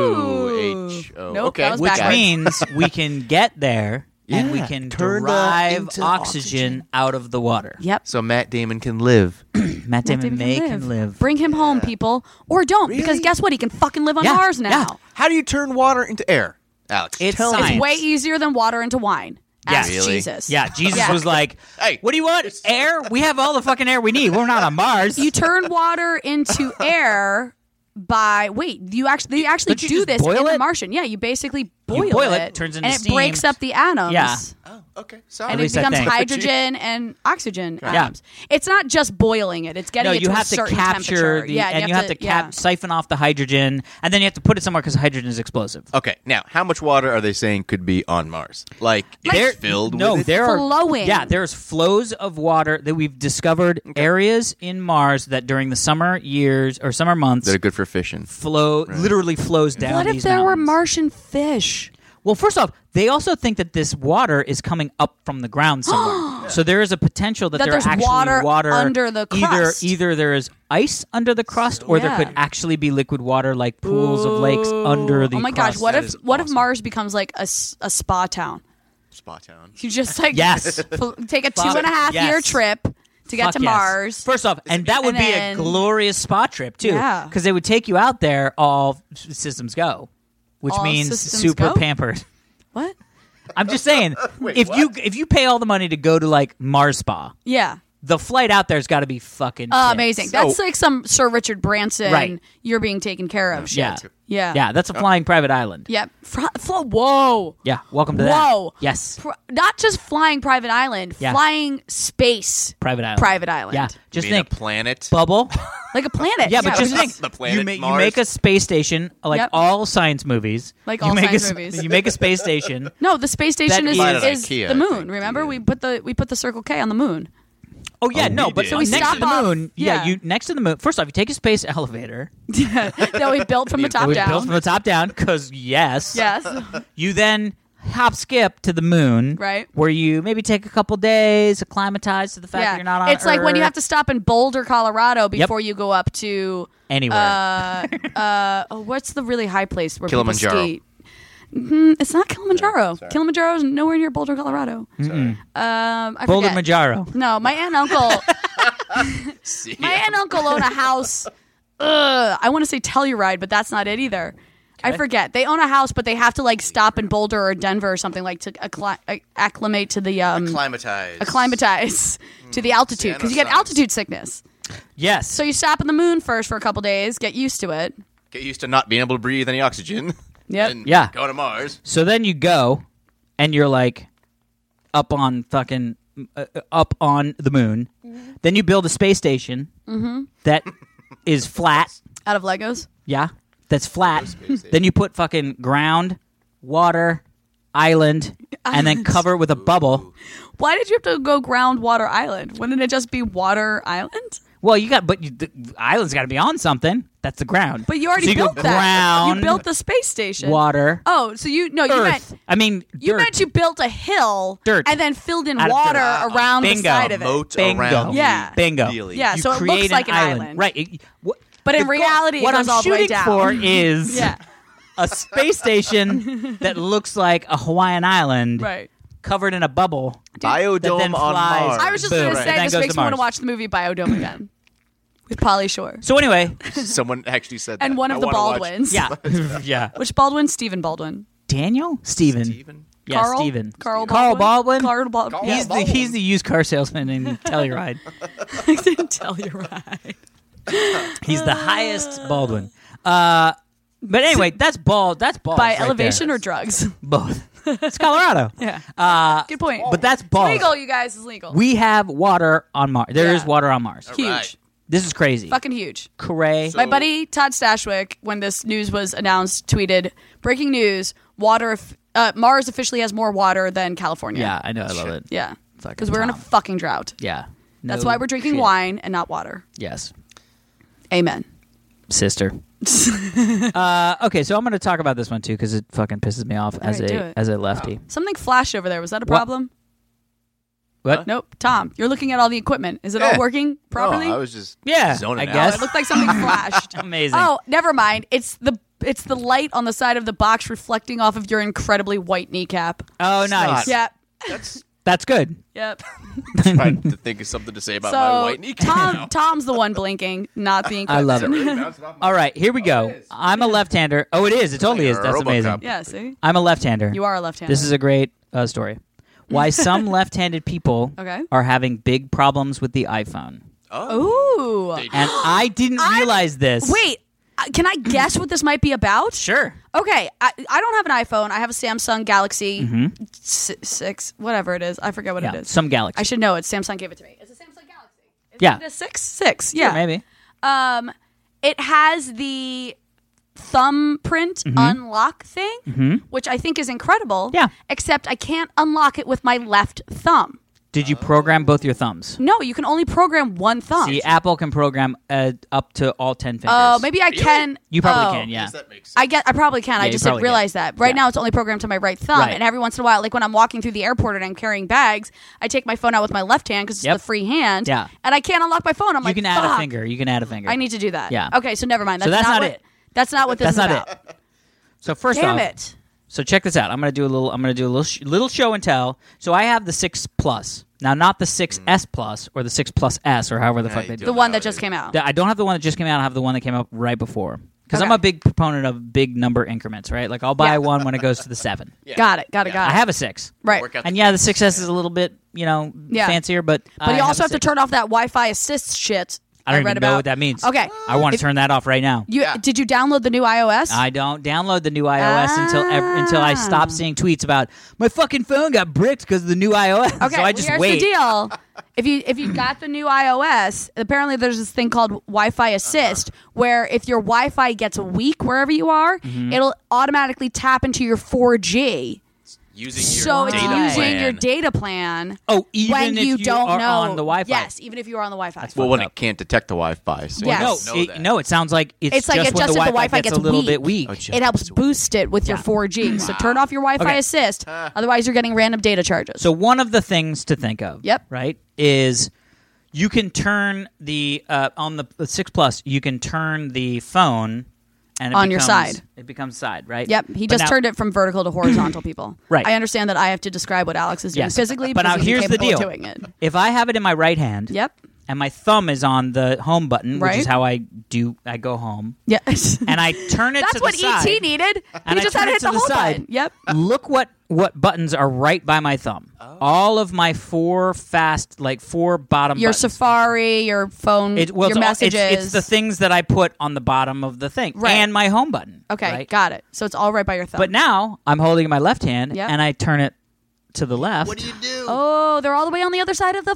[SPEAKER 2] Oh.
[SPEAKER 3] H O.
[SPEAKER 2] Nope,
[SPEAKER 3] okay.
[SPEAKER 2] that was
[SPEAKER 1] which
[SPEAKER 2] backwards.
[SPEAKER 1] means we can get there and we
[SPEAKER 3] Yeah,
[SPEAKER 1] can
[SPEAKER 3] turn the-
[SPEAKER 1] derive
[SPEAKER 3] into
[SPEAKER 1] oxygen, out of the water.
[SPEAKER 2] Yep.
[SPEAKER 3] So Matt Damon can live.
[SPEAKER 1] Matt Damon,
[SPEAKER 2] David
[SPEAKER 1] may can live.
[SPEAKER 2] Bring him home, people, or don't, because
[SPEAKER 3] Really?
[SPEAKER 2] guess what? He can fucking live on
[SPEAKER 1] Yeah,
[SPEAKER 2] Mars
[SPEAKER 1] yeah.
[SPEAKER 2] now.
[SPEAKER 3] How do you turn water into air, Alex?
[SPEAKER 1] It's
[SPEAKER 3] tell
[SPEAKER 1] science.
[SPEAKER 3] me.
[SPEAKER 2] It's way easier than water into wine.
[SPEAKER 1] Yeah.
[SPEAKER 2] Ask
[SPEAKER 3] Really?
[SPEAKER 2] Jesus.
[SPEAKER 1] yeah, Jesus
[SPEAKER 2] Yeah.
[SPEAKER 1] was like,
[SPEAKER 3] Hey,
[SPEAKER 1] what do you want? Air? We have all the fucking air we need. We're not on Mars."
[SPEAKER 2] You turn water into air by wait. You actually they actually
[SPEAKER 1] Don't you
[SPEAKER 2] do
[SPEAKER 1] just
[SPEAKER 2] this
[SPEAKER 1] boil
[SPEAKER 2] in
[SPEAKER 1] it?
[SPEAKER 2] the Martian. Yeah, you basically boil,
[SPEAKER 1] boil it, turns into
[SPEAKER 2] and
[SPEAKER 1] steam.
[SPEAKER 2] it breaks up the atoms.
[SPEAKER 1] Yeah.
[SPEAKER 3] Oh, okay. Sorry.
[SPEAKER 2] And
[SPEAKER 1] least
[SPEAKER 2] it
[SPEAKER 1] I
[SPEAKER 2] becomes
[SPEAKER 1] think.
[SPEAKER 2] hydrogen and oxygen atoms. It's not just boiling it; it's getting
[SPEAKER 1] no,
[SPEAKER 2] it
[SPEAKER 1] you
[SPEAKER 2] to
[SPEAKER 1] have
[SPEAKER 2] a
[SPEAKER 1] to
[SPEAKER 2] certain
[SPEAKER 1] capture
[SPEAKER 2] temperature.
[SPEAKER 1] the,
[SPEAKER 2] yeah,
[SPEAKER 1] and you have to,
[SPEAKER 2] yeah.
[SPEAKER 1] cap- siphon off the hydrogen, and then you have to put it somewhere because hydrogen is explosive.
[SPEAKER 3] Okay. Now, how much water are they saying could be on Mars? Like, it's
[SPEAKER 1] There-
[SPEAKER 3] filled
[SPEAKER 1] no,
[SPEAKER 3] with it?
[SPEAKER 1] there are
[SPEAKER 2] Flowing.
[SPEAKER 1] Yeah, there's flows of water that we've discovered areas in Mars that during the summer years or summer months
[SPEAKER 3] that are good for fishing.
[SPEAKER 1] flow literally flows down.
[SPEAKER 2] What if
[SPEAKER 1] these
[SPEAKER 2] there were
[SPEAKER 1] mountains.
[SPEAKER 2] Martian fish?
[SPEAKER 1] Well, first off, they also think that this water is coming up from the ground somewhere. so there is a potential that,
[SPEAKER 2] That
[SPEAKER 1] there
[SPEAKER 2] there's
[SPEAKER 1] are actually
[SPEAKER 2] water under the crust.
[SPEAKER 1] Either either there is ice under the crust, or there
[SPEAKER 2] Yeah.
[SPEAKER 1] could actually be liquid water like pools of lakes under the.
[SPEAKER 2] Oh my
[SPEAKER 1] crust.
[SPEAKER 2] gosh! What
[SPEAKER 3] That
[SPEAKER 2] if
[SPEAKER 3] is
[SPEAKER 2] what if
[SPEAKER 3] awesome.
[SPEAKER 2] Mars becomes like a, s- a spa town?
[SPEAKER 3] Spa town.
[SPEAKER 2] You just like
[SPEAKER 1] Yes.
[SPEAKER 2] fl- take a two
[SPEAKER 1] Fuck
[SPEAKER 2] and a half
[SPEAKER 1] yes.
[SPEAKER 2] year trip to get
[SPEAKER 1] Fuck
[SPEAKER 2] to
[SPEAKER 1] yes.
[SPEAKER 2] Mars.
[SPEAKER 1] First off, and that would
[SPEAKER 2] And
[SPEAKER 1] be
[SPEAKER 2] then-
[SPEAKER 1] a glorious spa trip too,
[SPEAKER 2] Yeah.
[SPEAKER 1] because they would take you out there. All s- systems go, which
[SPEAKER 2] All
[SPEAKER 1] means
[SPEAKER 2] systems
[SPEAKER 1] super
[SPEAKER 2] go?
[SPEAKER 1] pampered.
[SPEAKER 2] what?
[SPEAKER 1] I'm just saying, if you if you pay all the money to go to like Mars Spa,
[SPEAKER 2] Yeah.
[SPEAKER 1] the flight out there's got to be fucking
[SPEAKER 2] Uh,
[SPEAKER 1] tits.
[SPEAKER 2] amazing.
[SPEAKER 3] So-
[SPEAKER 2] That's like some Sir Richard Branson.
[SPEAKER 1] Right.
[SPEAKER 2] You're being taken care of. Shit.
[SPEAKER 1] Yeah.
[SPEAKER 2] Yeah.
[SPEAKER 1] Yeah, that's a flying private island.
[SPEAKER 2] Yeah. Fr- fl- whoa.
[SPEAKER 1] Yeah, welcome to that.
[SPEAKER 2] Whoa.
[SPEAKER 1] Yes.
[SPEAKER 2] Pr- not just flying private island.
[SPEAKER 1] Yeah.
[SPEAKER 2] Flying space.
[SPEAKER 1] Private island.
[SPEAKER 2] Private island.
[SPEAKER 1] Yeah, just
[SPEAKER 3] Being a
[SPEAKER 1] think
[SPEAKER 3] planet.
[SPEAKER 1] bubble.
[SPEAKER 2] Like a planet.
[SPEAKER 1] Yeah, but just
[SPEAKER 2] it was
[SPEAKER 1] think
[SPEAKER 3] The planet
[SPEAKER 1] you, ma- you
[SPEAKER 3] Mars.
[SPEAKER 1] make a space station like
[SPEAKER 2] Yep.
[SPEAKER 1] all science movies.
[SPEAKER 2] Like
[SPEAKER 1] You
[SPEAKER 2] all
[SPEAKER 1] make a
[SPEAKER 2] science
[SPEAKER 1] s-
[SPEAKER 2] movies.
[SPEAKER 1] You make a space station.
[SPEAKER 2] No, the space station
[SPEAKER 1] That
[SPEAKER 2] is,
[SPEAKER 1] is-
[SPEAKER 2] is
[SPEAKER 3] Ikea,
[SPEAKER 2] the
[SPEAKER 3] I
[SPEAKER 2] moon.
[SPEAKER 3] think,
[SPEAKER 2] Remember,
[SPEAKER 3] yeah.
[SPEAKER 2] we put the we put the Circle K on the moon.
[SPEAKER 1] Oh yeah, no,
[SPEAKER 3] we
[SPEAKER 1] but
[SPEAKER 3] did.
[SPEAKER 1] so
[SPEAKER 3] So we
[SPEAKER 1] next
[SPEAKER 2] stop
[SPEAKER 1] to the
[SPEAKER 2] off-
[SPEAKER 1] moon. Yeah.
[SPEAKER 2] yeah.
[SPEAKER 1] you next to the moon. First off, you take a space elevator.
[SPEAKER 2] that we built from the
[SPEAKER 1] that
[SPEAKER 2] top
[SPEAKER 1] we
[SPEAKER 2] down.
[SPEAKER 1] built from the top down because yes,
[SPEAKER 2] yes.
[SPEAKER 1] You then hop skip to the moon,
[SPEAKER 2] Right.
[SPEAKER 1] Where you maybe take a couple days acclimatize to the fact that you're not on.
[SPEAKER 2] it's like when you
[SPEAKER 1] Earth.
[SPEAKER 2] have to stop in Boulder, Colorado, before you go up to
[SPEAKER 1] anywhere.
[SPEAKER 2] uh, uh, oh, what's the really high place where
[SPEAKER 3] Kilimanjaro.
[SPEAKER 2] people ski? Mm, it's not Kilimanjaro. Kilimanjaro's nowhere near Boulder, Colorado.
[SPEAKER 3] Sorry.
[SPEAKER 2] Um, I
[SPEAKER 1] Boulder
[SPEAKER 2] forget.
[SPEAKER 1] Majaro.
[SPEAKER 2] No, my aunt and uncle.
[SPEAKER 3] See,
[SPEAKER 2] my aunt and uncle own a house. Ugh, I want to say Telluride, but that's not it either. I forget. They own a house, but they have to like stop in Boulder or Denver or something like to accli- ac- acclimate to the um,
[SPEAKER 3] acclimatized.
[SPEAKER 2] acclimatize to the altitude because you get
[SPEAKER 3] Xanosize.
[SPEAKER 2] altitude sickness.
[SPEAKER 1] Yes.
[SPEAKER 2] So you stop in the moon first for a couple days, get used to it.
[SPEAKER 3] Get used to not being able to breathe any oxygen.
[SPEAKER 2] Yep.
[SPEAKER 3] And
[SPEAKER 1] Yeah.
[SPEAKER 3] Go to Mars.
[SPEAKER 1] So then you go, and you're like, up on fucking, uh, uh, up on the moon.
[SPEAKER 2] Mm-hmm.
[SPEAKER 1] Then you build a space station that is flat.
[SPEAKER 2] Out of Legos.
[SPEAKER 1] Yeah, that's flat. then you put fucking ground, water, island, and then cover it with a bubble.
[SPEAKER 2] Why did you have to go groundwater island? Wouldn't it just be water island?
[SPEAKER 1] Well, you got, but you, the island's got to be on something. That's the ground.
[SPEAKER 2] But you already
[SPEAKER 1] So
[SPEAKER 2] built
[SPEAKER 1] go
[SPEAKER 2] that.
[SPEAKER 1] Ground,
[SPEAKER 2] you built the space station.
[SPEAKER 1] water,
[SPEAKER 2] Oh, so you no, you
[SPEAKER 1] earth.
[SPEAKER 2] meant
[SPEAKER 1] I mean,
[SPEAKER 2] you
[SPEAKER 1] dirt.
[SPEAKER 2] meant you built a hill
[SPEAKER 1] Dirt.
[SPEAKER 2] and then filled in
[SPEAKER 1] Out of
[SPEAKER 2] water
[SPEAKER 1] dirt. Uh,
[SPEAKER 2] around the
[SPEAKER 1] Bingo.
[SPEAKER 2] side of it.
[SPEAKER 3] Moat
[SPEAKER 1] Bingo.
[SPEAKER 3] around.
[SPEAKER 2] Yeah.
[SPEAKER 3] the
[SPEAKER 1] Bingo.
[SPEAKER 3] dealy.
[SPEAKER 2] Yeah,
[SPEAKER 1] You
[SPEAKER 2] so it
[SPEAKER 1] create
[SPEAKER 2] looks like an island.
[SPEAKER 1] right? It- what-
[SPEAKER 2] But in
[SPEAKER 1] the goal-
[SPEAKER 2] reality, it
[SPEAKER 1] what
[SPEAKER 2] goes
[SPEAKER 1] I'm
[SPEAKER 2] all the way
[SPEAKER 1] shooting
[SPEAKER 2] down.
[SPEAKER 1] for is
[SPEAKER 2] Yeah.
[SPEAKER 1] a space station that looks like a Hawaiian island,
[SPEAKER 2] Right.
[SPEAKER 1] covered in a bubble. that
[SPEAKER 3] Biodome
[SPEAKER 1] then
[SPEAKER 3] on
[SPEAKER 1] flies.
[SPEAKER 3] Mars.
[SPEAKER 2] I was just
[SPEAKER 1] Boom.
[SPEAKER 2] going to
[SPEAKER 1] Right.
[SPEAKER 2] say
[SPEAKER 1] Then
[SPEAKER 2] this
[SPEAKER 1] goes
[SPEAKER 2] makes
[SPEAKER 1] to
[SPEAKER 2] me want to
[SPEAKER 1] Mars.
[SPEAKER 2] watch the movie Biodome again with Polly Shore
[SPEAKER 1] So anyway,
[SPEAKER 3] Someone actually said that.
[SPEAKER 2] and one
[SPEAKER 3] I
[SPEAKER 2] of the
[SPEAKER 3] wanna watch
[SPEAKER 2] Baldwins.
[SPEAKER 1] yeah, yeah.
[SPEAKER 2] Which Baldwin? Stephen Baldwin.
[SPEAKER 1] Daniel, Steven.
[SPEAKER 3] Steven.
[SPEAKER 1] yeah,
[SPEAKER 2] Carl?
[SPEAKER 1] Steven,
[SPEAKER 2] Carl
[SPEAKER 1] Carl
[SPEAKER 2] Baldwin?
[SPEAKER 1] Baldwin.
[SPEAKER 2] Carl Baldwin.
[SPEAKER 1] He's the
[SPEAKER 3] Baldwin.
[SPEAKER 1] he's the used car salesman in Telluride.
[SPEAKER 2] Telluride.
[SPEAKER 1] He's the highest Baldwin. Uh, but anyway, that's bald. That's bald.
[SPEAKER 2] By elevation or drugs?
[SPEAKER 1] both. It's Colorado,
[SPEAKER 2] Yeah.
[SPEAKER 1] uh,
[SPEAKER 2] Good point.
[SPEAKER 1] but that's
[SPEAKER 2] it's
[SPEAKER 1] bald.
[SPEAKER 2] legal, you guys. It's legal.
[SPEAKER 1] We have water on Mars. There is
[SPEAKER 2] Yeah.
[SPEAKER 1] water on Mars.
[SPEAKER 2] huge.
[SPEAKER 3] Right.
[SPEAKER 1] This is crazy.
[SPEAKER 2] Fucking huge.
[SPEAKER 1] Cray.
[SPEAKER 3] So-
[SPEAKER 2] My buddy Todd Stashwick, when this news was announced, tweeted, "Breaking news: Water, of- uh, Mars officially has more water than California."
[SPEAKER 1] yeah, I know. I love it.
[SPEAKER 2] yeah,
[SPEAKER 1] Fucking
[SPEAKER 2] because we're in a
[SPEAKER 1] Tom.
[SPEAKER 2] fucking drought.
[SPEAKER 1] Yeah.
[SPEAKER 2] That's
[SPEAKER 1] No
[SPEAKER 2] why we're drinking
[SPEAKER 1] shit.
[SPEAKER 2] wine and not water.
[SPEAKER 1] Yes,
[SPEAKER 2] Amen.
[SPEAKER 1] sister. uh, okay, so I'm going to talk about this one too because it fucking pisses me off as
[SPEAKER 2] right, do
[SPEAKER 1] a
[SPEAKER 2] it.
[SPEAKER 1] as a lefty.
[SPEAKER 2] Something flashed over there. Was that a
[SPEAKER 1] What?
[SPEAKER 2] problem?
[SPEAKER 1] What?
[SPEAKER 2] Nope. Tom, you're looking at all the equipment. Is it
[SPEAKER 3] Yeah.
[SPEAKER 2] all working properly?
[SPEAKER 3] No, Oh, I was just
[SPEAKER 1] Yeah,
[SPEAKER 3] zoning
[SPEAKER 1] I
[SPEAKER 3] out.
[SPEAKER 1] guess.
[SPEAKER 2] it looked like something flashed.
[SPEAKER 1] Amazing.
[SPEAKER 2] Oh, never mind. It's the it's the light on the side of the box reflecting off of your incredibly white kneecap.
[SPEAKER 1] Oh,
[SPEAKER 3] not.
[SPEAKER 1] nice.
[SPEAKER 3] Yeah.
[SPEAKER 2] Yep.
[SPEAKER 3] That's
[SPEAKER 1] That's good.
[SPEAKER 2] Yep.
[SPEAKER 3] trying to think of something to say about my
[SPEAKER 2] So
[SPEAKER 3] white knee.
[SPEAKER 2] Tom Tom's the one blinking, not the
[SPEAKER 1] I love it. All
[SPEAKER 3] All
[SPEAKER 1] right, here we go.
[SPEAKER 3] Oh, is.
[SPEAKER 1] I'm a left-hander. Oh, it is. It totally
[SPEAKER 3] like
[SPEAKER 1] is.
[SPEAKER 3] a
[SPEAKER 1] That's amazing.
[SPEAKER 3] Robocop.
[SPEAKER 2] Yeah, see?
[SPEAKER 1] I'm a left-hander.
[SPEAKER 2] You are a left hander.
[SPEAKER 1] This is a great uh, story. Why some left-handed people
[SPEAKER 2] Okay.
[SPEAKER 1] are having big problems with the iPhone,
[SPEAKER 3] Oh.
[SPEAKER 2] Ooh.
[SPEAKER 1] and I didn't realize this.
[SPEAKER 2] Wait, uh, can I guess what this might be about?
[SPEAKER 1] sure.
[SPEAKER 2] Okay, I, I don't have an iPhone. I have a Samsung Galaxy si- 6, whatever it is. I forget what
[SPEAKER 1] Mm-hmm. Yeah,
[SPEAKER 2] it is.
[SPEAKER 1] some galaxy.
[SPEAKER 2] I should know it. Samsung gave it to me. It's a Samsung Galaxy. Is
[SPEAKER 1] Yeah.
[SPEAKER 2] it a 6? 6. Yeah.
[SPEAKER 1] Maybe.
[SPEAKER 2] Um it has the thumbprint unlock thing, which I think is incredible.
[SPEAKER 1] Mm-hmm. Yeah.
[SPEAKER 2] Except I can't unlock it with my left thumb.
[SPEAKER 1] Did you program both your thumbs?
[SPEAKER 2] No, you can only program one thumb.
[SPEAKER 1] See, Apple can program uh, up to all ten fingers.
[SPEAKER 2] Oh, maybe I can.
[SPEAKER 1] you probably
[SPEAKER 2] oh.
[SPEAKER 1] can. Yeah,
[SPEAKER 3] Yes, that makes sense.
[SPEAKER 2] I get. I probably can. I
[SPEAKER 1] you
[SPEAKER 2] just didn't
[SPEAKER 1] probably
[SPEAKER 2] realize that. Right
[SPEAKER 1] Yeah.
[SPEAKER 2] now, it's only programmed to my right thumb,
[SPEAKER 1] Right.
[SPEAKER 2] and every once in a while, like when I'm walking through the airport and I'm carrying bags, I take my phone out with my left hand because it's
[SPEAKER 1] Yep.
[SPEAKER 2] the free hand.
[SPEAKER 1] Yeah.
[SPEAKER 2] and I can't unlock my phone. I'm
[SPEAKER 1] you
[SPEAKER 2] like,
[SPEAKER 1] can add a
[SPEAKER 2] "Fuck,
[SPEAKER 1] finger. You can add a finger.
[SPEAKER 2] I need to do that.
[SPEAKER 1] Yeah.
[SPEAKER 2] Okay, so never mind.
[SPEAKER 1] So
[SPEAKER 2] That's,
[SPEAKER 1] that's not
[SPEAKER 2] what,
[SPEAKER 1] it.
[SPEAKER 2] That's not what this
[SPEAKER 1] That's
[SPEAKER 2] is
[SPEAKER 1] not
[SPEAKER 2] about.
[SPEAKER 1] it. So first
[SPEAKER 2] Damn
[SPEAKER 1] off,
[SPEAKER 2] it.
[SPEAKER 1] so check this out. I'm gonna do a little. I'm gonna do a little sh- little show and tell. So I have the six plus now, not the six S plus or the six plus S or however the fuck
[SPEAKER 3] you
[SPEAKER 1] they
[SPEAKER 3] do.
[SPEAKER 1] do.
[SPEAKER 2] The
[SPEAKER 1] it.
[SPEAKER 2] one that just came out.
[SPEAKER 1] Th- I don't have the one that just came out. I have the one that came out right before because I'm
[SPEAKER 2] Okay.
[SPEAKER 1] a big proponent of big number increments. Right, like I'll buy
[SPEAKER 2] Yeah.
[SPEAKER 1] one when it goes to the seven.
[SPEAKER 2] Got it. Got it. Got
[SPEAKER 1] I
[SPEAKER 2] it.
[SPEAKER 1] have a six.
[SPEAKER 2] right.
[SPEAKER 3] Work out
[SPEAKER 1] And
[SPEAKER 3] the
[SPEAKER 1] yeah, the six S is a little bit, you know,
[SPEAKER 2] Yeah.
[SPEAKER 1] fancier, but
[SPEAKER 2] But
[SPEAKER 1] I
[SPEAKER 2] you also
[SPEAKER 1] a
[SPEAKER 2] have to
[SPEAKER 1] six.
[SPEAKER 2] turn off that Wi-Fi assist shit.
[SPEAKER 1] I don't
[SPEAKER 2] read
[SPEAKER 1] even
[SPEAKER 2] about.
[SPEAKER 1] know what that means.
[SPEAKER 2] Okay.
[SPEAKER 1] I want to turn that off right now.
[SPEAKER 2] You did you download the new iOS?
[SPEAKER 1] I don't download the new iOS until ev- until I
[SPEAKER 2] Ah.
[SPEAKER 1] stop seeing tweets about my fucking phone got bricked because of the new iOS.
[SPEAKER 2] Okay,
[SPEAKER 1] so
[SPEAKER 2] well,
[SPEAKER 1] I just
[SPEAKER 2] here's
[SPEAKER 1] wait.
[SPEAKER 2] the deal. If you if you got the new iOS, apparently there's this thing called Wi-Fi Assist, where if your Wi-Fi gets weak wherever you are,
[SPEAKER 1] Mm-hmm.
[SPEAKER 2] it'll automatically tap into your 4G.
[SPEAKER 3] Using your
[SPEAKER 2] So it's
[SPEAKER 3] data
[SPEAKER 2] using
[SPEAKER 3] plan.
[SPEAKER 2] your data plan
[SPEAKER 1] Oh, even
[SPEAKER 2] when
[SPEAKER 1] if
[SPEAKER 2] you, don't
[SPEAKER 1] are
[SPEAKER 2] know
[SPEAKER 1] on the Wi-Fi.
[SPEAKER 2] Yes, even if you are on the Wi-Fi.
[SPEAKER 3] Well, when
[SPEAKER 1] fucked
[SPEAKER 3] it can't detect the Wi-Fi. So
[SPEAKER 2] Yes.
[SPEAKER 1] No,
[SPEAKER 2] Yes.
[SPEAKER 3] Know
[SPEAKER 1] it,
[SPEAKER 3] that.
[SPEAKER 1] no, it sounds like it's,
[SPEAKER 2] It's like
[SPEAKER 1] just
[SPEAKER 2] it
[SPEAKER 1] when
[SPEAKER 2] just
[SPEAKER 1] the
[SPEAKER 2] if the
[SPEAKER 1] Wi-Fi
[SPEAKER 2] Wi-Fi
[SPEAKER 1] gets, a
[SPEAKER 2] gets
[SPEAKER 1] little
[SPEAKER 2] weak.
[SPEAKER 1] bit weak.
[SPEAKER 3] Oh, j-
[SPEAKER 2] it helps boost it with your 4G. So turn off your Wi-Fi
[SPEAKER 1] Okay. Uh.
[SPEAKER 2] Assist. Otherwise, you're getting random data charges.
[SPEAKER 1] so one of the things to think of,
[SPEAKER 2] Yep.
[SPEAKER 1] right, is you can turn the uh, on the the six plus. You can turn the phone and it
[SPEAKER 2] On your
[SPEAKER 1] becomes-
[SPEAKER 2] side.
[SPEAKER 1] It becomes side, right?
[SPEAKER 2] Yep, he
[SPEAKER 1] turned
[SPEAKER 2] just
[SPEAKER 1] it.
[SPEAKER 2] turned it from vertical to horizontal. People,
[SPEAKER 1] Right.
[SPEAKER 2] I understand that I have to describe what Alex is doing
[SPEAKER 1] Yes.
[SPEAKER 2] physically,
[SPEAKER 1] But
[SPEAKER 2] because
[SPEAKER 1] now
[SPEAKER 2] he's
[SPEAKER 1] here's the
[SPEAKER 2] incapable of
[SPEAKER 1] deal.
[SPEAKER 2] doing it.
[SPEAKER 1] If I have it in my right hand,
[SPEAKER 2] Yep.
[SPEAKER 1] and my thumb is on the home button, which is
[SPEAKER 2] Right.
[SPEAKER 1] how I do. I go home,
[SPEAKER 2] Yes.
[SPEAKER 1] and I turn it to
[SPEAKER 2] That's
[SPEAKER 1] the
[SPEAKER 2] what E
[SPEAKER 1] side.
[SPEAKER 2] ET needed.
[SPEAKER 1] And I
[SPEAKER 2] he just
[SPEAKER 1] turn
[SPEAKER 2] had to
[SPEAKER 1] it
[SPEAKER 2] hit
[SPEAKER 1] to
[SPEAKER 2] the,
[SPEAKER 1] the
[SPEAKER 2] whole
[SPEAKER 1] side.
[SPEAKER 2] button. Yep.
[SPEAKER 1] Look what what buttons are right by my thumb.
[SPEAKER 3] Oh.
[SPEAKER 1] All of my four fast, like four bottom.
[SPEAKER 2] Your
[SPEAKER 1] buttons.
[SPEAKER 2] Safari, your phone,
[SPEAKER 1] It- well, it's
[SPEAKER 2] your
[SPEAKER 1] all- it's-
[SPEAKER 2] messages.
[SPEAKER 1] It's, the things that I put on the bottom of the thing,
[SPEAKER 2] Right.
[SPEAKER 1] and my home button.
[SPEAKER 2] Okay,
[SPEAKER 1] right?
[SPEAKER 2] got it. So it's all right by your thumb.
[SPEAKER 1] But now I'm holding it in my left hand,
[SPEAKER 2] Yep.
[SPEAKER 1] and I turn it to the left.
[SPEAKER 3] What do you do?
[SPEAKER 2] oh, they're all the way on the other side of the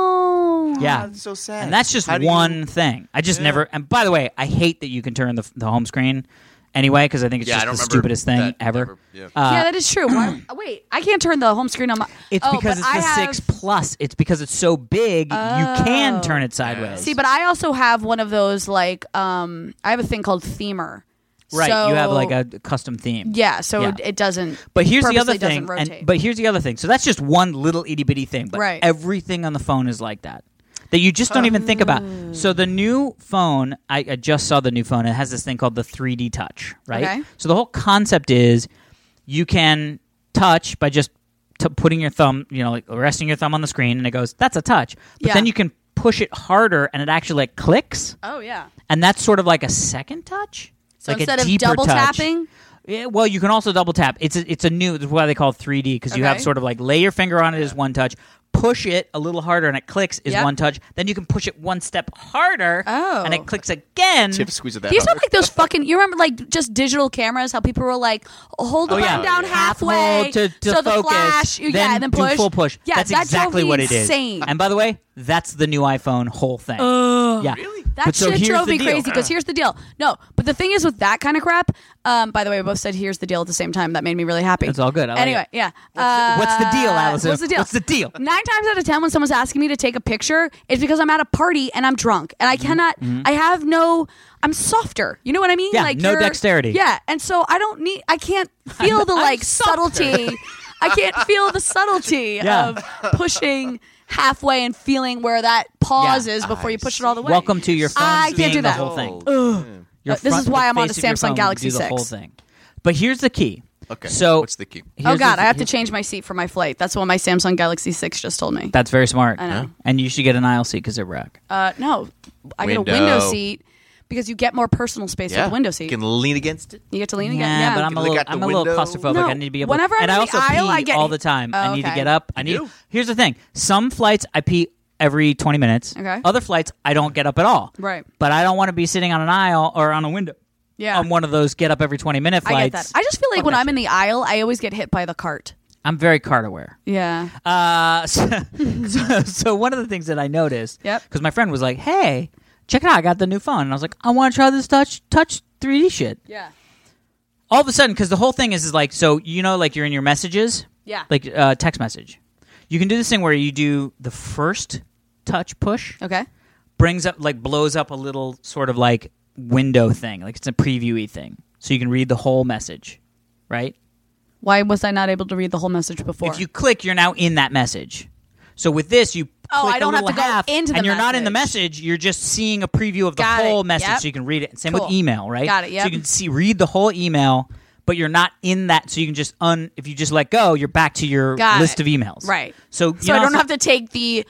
[SPEAKER 2] phone.
[SPEAKER 1] yeah,
[SPEAKER 3] That's so sad.
[SPEAKER 1] and that's just
[SPEAKER 3] How do you-
[SPEAKER 1] one thing. I just
[SPEAKER 3] Yeah.
[SPEAKER 1] never. And by the way, I hate that you can turn the, the home screen anyway because I think it's
[SPEAKER 3] Yeah, I
[SPEAKER 1] just
[SPEAKER 3] don't
[SPEAKER 1] the
[SPEAKER 3] remember
[SPEAKER 1] stupidest thing
[SPEAKER 3] that
[SPEAKER 1] ever.
[SPEAKER 3] ever, yeah.
[SPEAKER 1] Uh,
[SPEAKER 2] yeah, that is true. Why, wait, I can't turn the home screen on my.
[SPEAKER 1] It's
[SPEAKER 2] oh,
[SPEAKER 1] because
[SPEAKER 2] but
[SPEAKER 1] it's
[SPEAKER 2] I
[SPEAKER 1] the
[SPEAKER 2] have,
[SPEAKER 1] six plus. It's because it's so big, you can turn it sideways.
[SPEAKER 2] Oh. See, but I also have one of those like um, I have a thing called Themer.
[SPEAKER 1] right, you have
[SPEAKER 2] So-
[SPEAKER 1] like a custom theme.
[SPEAKER 2] yeah, so
[SPEAKER 1] Yeah.
[SPEAKER 2] It, it doesn't.
[SPEAKER 1] But here's the
[SPEAKER 2] purposely
[SPEAKER 1] other thing.
[SPEAKER 2] Doesn't rotate.
[SPEAKER 1] And, but here's the other thing. So that's just one little itty bitty thing. But
[SPEAKER 2] Right.
[SPEAKER 1] everything on the phone is like that. That you just don't even think about. So
[SPEAKER 2] Oh.
[SPEAKER 1] the new phone, I, I just saw the new phone. It has this thing called the 3D Touch, right?
[SPEAKER 2] Okay.
[SPEAKER 1] So the whole concept is you can touch by just t- putting your thumb, you know, like resting your thumb on the screen, and it goes, "That's a touch." But
[SPEAKER 2] Yeah.
[SPEAKER 1] then you can push it harder, and it actually like clicks,
[SPEAKER 2] oh yeah.
[SPEAKER 1] and that's sort of like a second touch.
[SPEAKER 2] So
[SPEAKER 1] like a
[SPEAKER 2] instead of
[SPEAKER 1] deeper
[SPEAKER 2] double
[SPEAKER 1] touch.
[SPEAKER 2] tapping,
[SPEAKER 1] Yeah, well, you can also double tap. It's a, it's a new. It's why they call it 3D because you have
[SPEAKER 2] Okay.
[SPEAKER 1] sort of like lay your finger on it as one touch, push it a little harder and it clicks is
[SPEAKER 2] Yep.
[SPEAKER 1] one touch. Then you can push it one step harder
[SPEAKER 2] Oh.
[SPEAKER 1] and it clicks again.
[SPEAKER 3] Tip squeeze of that.
[SPEAKER 2] these are
[SPEAKER 3] hard.
[SPEAKER 2] like those fucking. You remember like just digital cameras? How people were like, hold the
[SPEAKER 1] Oh, yeah.
[SPEAKER 2] button down
[SPEAKER 1] Half
[SPEAKER 2] halfway
[SPEAKER 1] hold to, to
[SPEAKER 2] so the
[SPEAKER 1] focus,
[SPEAKER 2] flash,
[SPEAKER 1] then
[SPEAKER 2] yeah, and then push
[SPEAKER 1] do full push.
[SPEAKER 2] Yeah,
[SPEAKER 1] that's
[SPEAKER 2] that drove
[SPEAKER 1] exactly
[SPEAKER 2] me
[SPEAKER 1] what it is.
[SPEAKER 2] Insane.
[SPEAKER 1] And by the way, that's the new iPhone whole thing. yeah,
[SPEAKER 3] Really?
[SPEAKER 2] That
[SPEAKER 1] But so
[SPEAKER 2] shit
[SPEAKER 1] here's
[SPEAKER 2] drove
[SPEAKER 1] the
[SPEAKER 2] me
[SPEAKER 1] deal.
[SPEAKER 2] crazy because here's the deal. No, but the thing is with that kind of crap. Um, by the way, we both said here's the deal at the same time. That made me really happy.
[SPEAKER 1] It's all good. I like
[SPEAKER 2] anyway,
[SPEAKER 1] it.
[SPEAKER 2] yeah.
[SPEAKER 1] What's the deal,
[SPEAKER 2] Uh,
[SPEAKER 1] Allison?
[SPEAKER 2] What's the deal?
[SPEAKER 1] What's the deal?
[SPEAKER 2] Nine times out of ten, when someone's asking me to take a picture, it's because I'm at a party and I'm drunk and
[SPEAKER 1] Mm-hmm.
[SPEAKER 2] I cannot. I have no. I'm softer. You know what I mean?
[SPEAKER 1] Yeah,
[SPEAKER 2] Like
[SPEAKER 1] no
[SPEAKER 2] you're-
[SPEAKER 1] dexterity.
[SPEAKER 2] Yeah, and so I don't need. I can't feel the like subtlety. I can't feel the subtlety
[SPEAKER 1] Yeah.
[SPEAKER 2] of pushing halfway and feeling where that pause is before you push it all the way.
[SPEAKER 1] Welcome to your phone
[SPEAKER 2] I can't
[SPEAKER 1] being
[SPEAKER 2] do
[SPEAKER 1] the
[SPEAKER 2] that.
[SPEAKER 1] whole thing. Your
[SPEAKER 2] Uh, this
[SPEAKER 1] front-
[SPEAKER 2] is why
[SPEAKER 1] the
[SPEAKER 2] I'm on
[SPEAKER 1] face
[SPEAKER 2] a
[SPEAKER 1] of your
[SPEAKER 2] Samsung
[SPEAKER 1] phone would
[SPEAKER 2] Galaxy
[SPEAKER 1] do the whole
[SPEAKER 2] 6.
[SPEAKER 1] thing. But here's the key.
[SPEAKER 3] Okay,
[SPEAKER 1] So
[SPEAKER 3] what's the key?
[SPEAKER 2] Oh
[SPEAKER 1] here's
[SPEAKER 2] God,
[SPEAKER 1] the-
[SPEAKER 2] I have to
[SPEAKER 1] here's-
[SPEAKER 2] change my seat for my flight. That's what my Samsung Galaxy Six just told me.
[SPEAKER 1] That's very smart.
[SPEAKER 2] I know. Yeah.
[SPEAKER 1] And you should get an aisle seat because they're wreck.
[SPEAKER 2] Uh, no, I
[SPEAKER 3] Window.
[SPEAKER 2] get a window seat because you get more personal space
[SPEAKER 3] yeah.
[SPEAKER 2] with the window seat.
[SPEAKER 3] You can lean against it.
[SPEAKER 2] you get to lean
[SPEAKER 1] yeah,
[SPEAKER 2] again. Yeah,
[SPEAKER 1] but I'm a
[SPEAKER 3] Look
[SPEAKER 1] little,
[SPEAKER 3] out the
[SPEAKER 1] I'm a little
[SPEAKER 3] window.
[SPEAKER 1] claustrophobic.
[SPEAKER 2] No,
[SPEAKER 1] I need to be able.
[SPEAKER 2] whenever I'm
[SPEAKER 1] and I
[SPEAKER 2] in the
[SPEAKER 1] also
[SPEAKER 2] aisle,
[SPEAKER 1] pee
[SPEAKER 2] I get-
[SPEAKER 1] all the time.
[SPEAKER 2] Oh,
[SPEAKER 1] I need to
[SPEAKER 2] okay.
[SPEAKER 1] get up. I need.
[SPEAKER 3] do?
[SPEAKER 1] Here's the thing: some flights I pee every 20 minutes.
[SPEAKER 2] Okay.
[SPEAKER 1] Other flights I don't get up at all.
[SPEAKER 2] Right.
[SPEAKER 1] But I don't want to be sitting on an aisle or on a window.
[SPEAKER 2] Yeah.
[SPEAKER 1] On one of those get up every 20 minute
[SPEAKER 2] I get
[SPEAKER 1] flights.
[SPEAKER 2] that. I just feel like when I'm in the aisle, I always get hit by the cart.
[SPEAKER 1] I'm very card aware.
[SPEAKER 2] Yeah.
[SPEAKER 1] Uh, so, so, so one of the things that I noticed,
[SPEAKER 2] Yep.
[SPEAKER 1] because my friend was like, "Hey, check it out! I got the new phone," and I was like, "I want to try this touch touch 3D shit."
[SPEAKER 2] yeah.
[SPEAKER 1] all of a sudden because the whole thing is is like so you know like you're in your messages
[SPEAKER 2] Yeah.
[SPEAKER 1] like uh, text message you can do this thing where you do the first touch push
[SPEAKER 2] Okay.
[SPEAKER 1] brings up like blows up a little sort of like window thing like it's a previewy thing so you can read the whole message right
[SPEAKER 2] Why was I not able to read the whole message before?
[SPEAKER 1] if you click you're now in that message so with this you
[SPEAKER 2] Oh,
[SPEAKER 1] click
[SPEAKER 2] I don't
[SPEAKER 1] a
[SPEAKER 2] have
[SPEAKER 1] little
[SPEAKER 2] to go
[SPEAKER 1] half,
[SPEAKER 2] into the
[SPEAKER 1] and you're not in the
[SPEAKER 2] message.
[SPEAKER 1] message you're just seeing a preview of the
[SPEAKER 2] Got it.
[SPEAKER 1] whole message
[SPEAKER 2] Yep.
[SPEAKER 1] so you can read it same with
[SPEAKER 2] Cool.
[SPEAKER 1] email right
[SPEAKER 2] Got it,
[SPEAKER 1] so
[SPEAKER 2] yep.
[SPEAKER 1] you can see read the whole email but you're not in that so you can just un if you just let go you're back to your
[SPEAKER 2] Got
[SPEAKER 1] list
[SPEAKER 2] it.
[SPEAKER 1] of emails
[SPEAKER 2] right.
[SPEAKER 1] so, you
[SPEAKER 2] so I
[SPEAKER 1] know,
[SPEAKER 2] don't
[SPEAKER 1] it's-
[SPEAKER 2] have to take the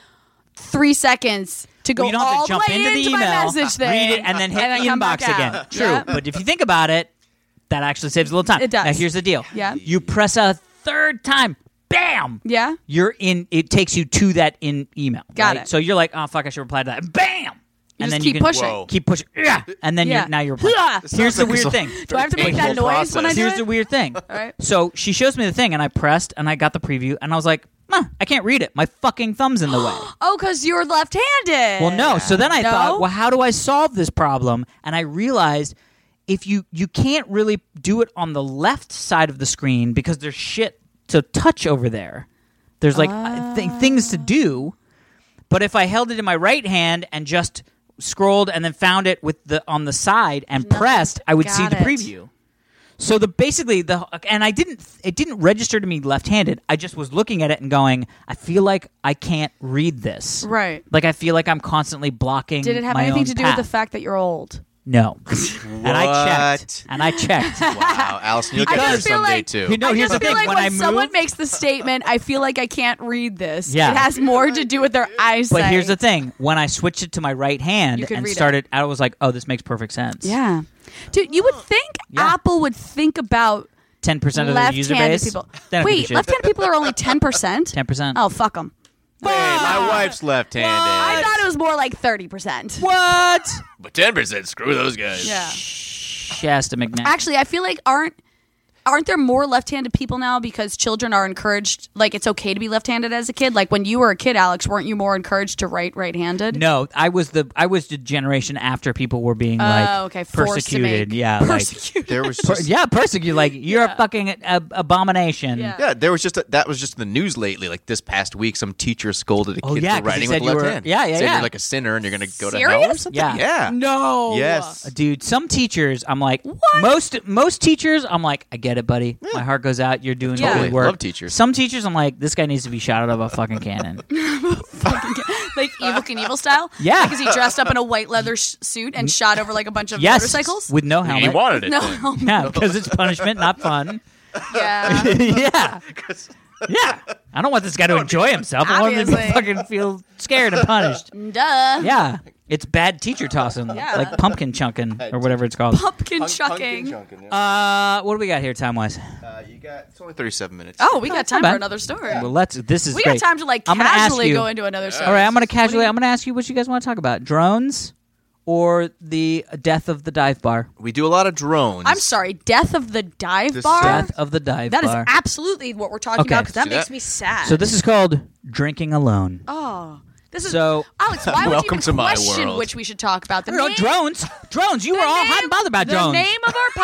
[SPEAKER 2] three seconds to go
[SPEAKER 1] you don't have
[SPEAKER 2] all
[SPEAKER 1] to jump
[SPEAKER 2] the way
[SPEAKER 1] into the email
[SPEAKER 2] my message thing,
[SPEAKER 1] read it and then hit
[SPEAKER 2] come back
[SPEAKER 1] inbox again
[SPEAKER 2] out.
[SPEAKER 1] true
[SPEAKER 2] Yep.
[SPEAKER 1] but if you think about it that actually saves a little time
[SPEAKER 2] It does.
[SPEAKER 1] now here's the deal
[SPEAKER 2] Yeah.
[SPEAKER 1] you press a third time bam
[SPEAKER 2] Yeah.
[SPEAKER 1] you're in it takes you to that in email
[SPEAKER 2] Got
[SPEAKER 1] right?
[SPEAKER 2] it.
[SPEAKER 1] so you're like oh fuck i should reply to that bam and
[SPEAKER 2] just
[SPEAKER 1] then
[SPEAKER 2] keep
[SPEAKER 1] you can
[SPEAKER 2] pushing.
[SPEAKER 3] Whoa.
[SPEAKER 1] keep pushing yeah. and then
[SPEAKER 2] Yeah.
[SPEAKER 1] you're now you're
[SPEAKER 2] Yeah.
[SPEAKER 1] replying.
[SPEAKER 2] It
[SPEAKER 1] here's the
[SPEAKER 3] like
[SPEAKER 1] weird
[SPEAKER 3] it's a-
[SPEAKER 1] thing
[SPEAKER 2] Do I have to make
[SPEAKER 3] Painful
[SPEAKER 2] that noise when I
[SPEAKER 3] process.
[SPEAKER 2] do
[SPEAKER 1] here's
[SPEAKER 2] it?
[SPEAKER 1] the weird thing
[SPEAKER 2] right.
[SPEAKER 1] so she shows me the thing and i pressed and i got the preview and i was like huh, i can't read it my fucking thumb's in the way
[SPEAKER 2] Oh, because you're left-handed.
[SPEAKER 1] well, no. So then I
[SPEAKER 2] No?
[SPEAKER 1] thought, well, how do I solve this problem? And I realized if you you can't really do it on the left side of the screen because there's shit to touch over there. There's like th-
[SPEAKER 2] Ah.
[SPEAKER 1] things to do. But if I held it in my right hand and just scrolled and then found it with the on the side and pressed, I would see
[SPEAKER 2] Got
[SPEAKER 1] the
[SPEAKER 2] it.
[SPEAKER 1] preview. So the basically the and I didn't it didn't register to me left-handed. I just was looking at it and going, I feel like I can't read this.
[SPEAKER 2] Right.
[SPEAKER 1] Like I feel like I'm constantly blocking.
[SPEAKER 2] Did it have
[SPEAKER 1] my
[SPEAKER 2] anything
[SPEAKER 1] own
[SPEAKER 2] to do
[SPEAKER 1] path.
[SPEAKER 2] with the fact that you're old?
[SPEAKER 1] No. and I checked. And I checked.
[SPEAKER 3] Wow, Allison, you'll get there
[SPEAKER 1] Because-
[SPEAKER 3] someday
[SPEAKER 2] like
[SPEAKER 3] too.
[SPEAKER 1] You know- No,
[SPEAKER 2] I
[SPEAKER 1] here's
[SPEAKER 2] just
[SPEAKER 1] the
[SPEAKER 2] feel
[SPEAKER 1] thing,
[SPEAKER 2] like
[SPEAKER 1] when
[SPEAKER 2] when
[SPEAKER 1] I
[SPEAKER 2] someone
[SPEAKER 1] moved-
[SPEAKER 2] makes the statement, I feel like I can't read this.
[SPEAKER 1] Yeah.
[SPEAKER 2] It has more to do with their eyesight.
[SPEAKER 1] But here's the thing: when I switched it to my right hand
[SPEAKER 2] You could
[SPEAKER 1] and
[SPEAKER 2] read it.
[SPEAKER 1] started, I was like, "Oh, this makes perfect sense."
[SPEAKER 2] Yeah. Dude, you would think
[SPEAKER 1] Yeah.
[SPEAKER 2] Apple would think about
[SPEAKER 1] ten percent of the user
[SPEAKER 2] left-handed
[SPEAKER 1] base.
[SPEAKER 2] people. Wait, left-handed people are only 10%?
[SPEAKER 1] 10%.
[SPEAKER 2] Oh, fuck them.
[SPEAKER 3] hey, my wife's left-handed.
[SPEAKER 2] I thought it was more like 30%.
[SPEAKER 1] What?
[SPEAKER 3] but ten percent. Screw those guys.
[SPEAKER 2] Yeah.
[SPEAKER 1] Shasta McNabb.
[SPEAKER 2] Actually, I feel like aren't aren't there more left-handed people now because children are encouraged like it's okay to be left-handed as a kid? Like when you were a kid, Alex, weren't you more encouraged to write right-handed?
[SPEAKER 1] no, I was the I was the generation after people were being like
[SPEAKER 2] Oh, okay. Forced to
[SPEAKER 1] persecuted.
[SPEAKER 2] make-
[SPEAKER 1] yeah,
[SPEAKER 2] Persecuted.
[SPEAKER 3] There was
[SPEAKER 1] like per-
[SPEAKER 3] just,
[SPEAKER 1] yeah, persecuted. Like you're a fucking ab- abomination.
[SPEAKER 2] Yeah.
[SPEAKER 3] yeah, there was just a, that was just in the news lately. Like this past week, some teacher scolded a
[SPEAKER 1] Oh,
[SPEAKER 3] kid
[SPEAKER 1] yeah, 'cause
[SPEAKER 3] for
[SPEAKER 1] he
[SPEAKER 3] writing
[SPEAKER 1] said
[SPEAKER 3] with
[SPEAKER 1] you
[SPEAKER 3] left
[SPEAKER 1] were-
[SPEAKER 3] hand.
[SPEAKER 1] yeah, yeah,
[SPEAKER 3] said
[SPEAKER 1] yeah. Oh,
[SPEAKER 3] You're like a sinner, and you're gonna go to hell or
[SPEAKER 2] Serious?
[SPEAKER 3] something.
[SPEAKER 1] Yeah.
[SPEAKER 3] Yeah.
[SPEAKER 1] No.
[SPEAKER 3] Yes.
[SPEAKER 1] Dude, some teachers, I'm like, most most teachers, I'm like, I get it, buddy. My heart goes out. You're doing
[SPEAKER 2] Totally.
[SPEAKER 1] good work.
[SPEAKER 3] Love teachers.
[SPEAKER 1] Some teachers, I'm like, this guy needs to be shot out of a fucking cannon.
[SPEAKER 2] like Evil Knievel style?
[SPEAKER 1] Yeah.
[SPEAKER 2] Because he dressed up in a white leather sh- suit and shot over like a bunch of
[SPEAKER 1] yes,
[SPEAKER 2] motorcycles?
[SPEAKER 1] with no helmet.
[SPEAKER 3] wanted it.
[SPEAKER 2] no. oh
[SPEAKER 1] Yeah, because it's punishment, not fun.
[SPEAKER 2] yeah.
[SPEAKER 1] yeah. Yeah. I don't want this guy to enjoy himself. I want him to
[SPEAKER 2] Obviously.
[SPEAKER 1] fucking feel scared and punished.
[SPEAKER 2] Duh.
[SPEAKER 1] Yeah. It's bad teacher tossing,
[SPEAKER 2] Yeah.
[SPEAKER 1] like pumpkin chunking or whatever it's called.
[SPEAKER 2] Pumpkin chucking.
[SPEAKER 1] Uh, what do we got here time wise?
[SPEAKER 3] Uh, you got it's only thirty-seven minutes.
[SPEAKER 2] oh, we got time
[SPEAKER 1] bad.
[SPEAKER 2] for another story.
[SPEAKER 1] Well, let's. This is
[SPEAKER 2] We
[SPEAKER 1] great.
[SPEAKER 2] got time to like
[SPEAKER 1] I'm gonna ask
[SPEAKER 2] casually
[SPEAKER 1] you-
[SPEAKER 2] go into another story.
[SPEAKER 1] All right, I'm going to casually. I'm going to ask you what you guys want to talk about: drones or the death of the dive bar.
[SPEAKER 3] we do a lot of drones.
[SPEAKER 2] I'm sorry. Death of the dive
[SPEAKER 3] This
[SPEAKER 2] bar.
[SPEAKER 1] Death of the dive
[SPEAKER 2] That is
[SPEAKER 1] bar.
[SPEAKER 2] absolutely what we're talking
[SPEAKER 1] Okay.
[SPEAKER 2] about because that
[SPEAKER 3] See
[SPEAKER 2] makes
[SPEAKER 3] that?
[SPEAKER 2] me sad.
[SPEAKER 1] so this is called drinking alone.
[SPEAKER 2] Oh, this is
[SPEAKER 1] So-
[SPEAKER 2] Alex. Why would you
[SPEAKER 3] Welcome
[SPEAKER 2] even
[SPEAKER 3] to my
[SPEAKER 2] question
[SPEAKER 3] world.
[SPEAKER 2] which we should talk about? The
[SPEAKER 1] No,
[SPEAKER 2] name,
[SPEAKER 1] drones, drones. You
[SPEAKER 2] the
[SPEAKER 1] were all
[SPEAKER 2] name-
[SPEAKER 1] hot and bothered about
[SPEAKER 2] the
[SPEAKER 1] drones.
[SPEAKER 2] name of our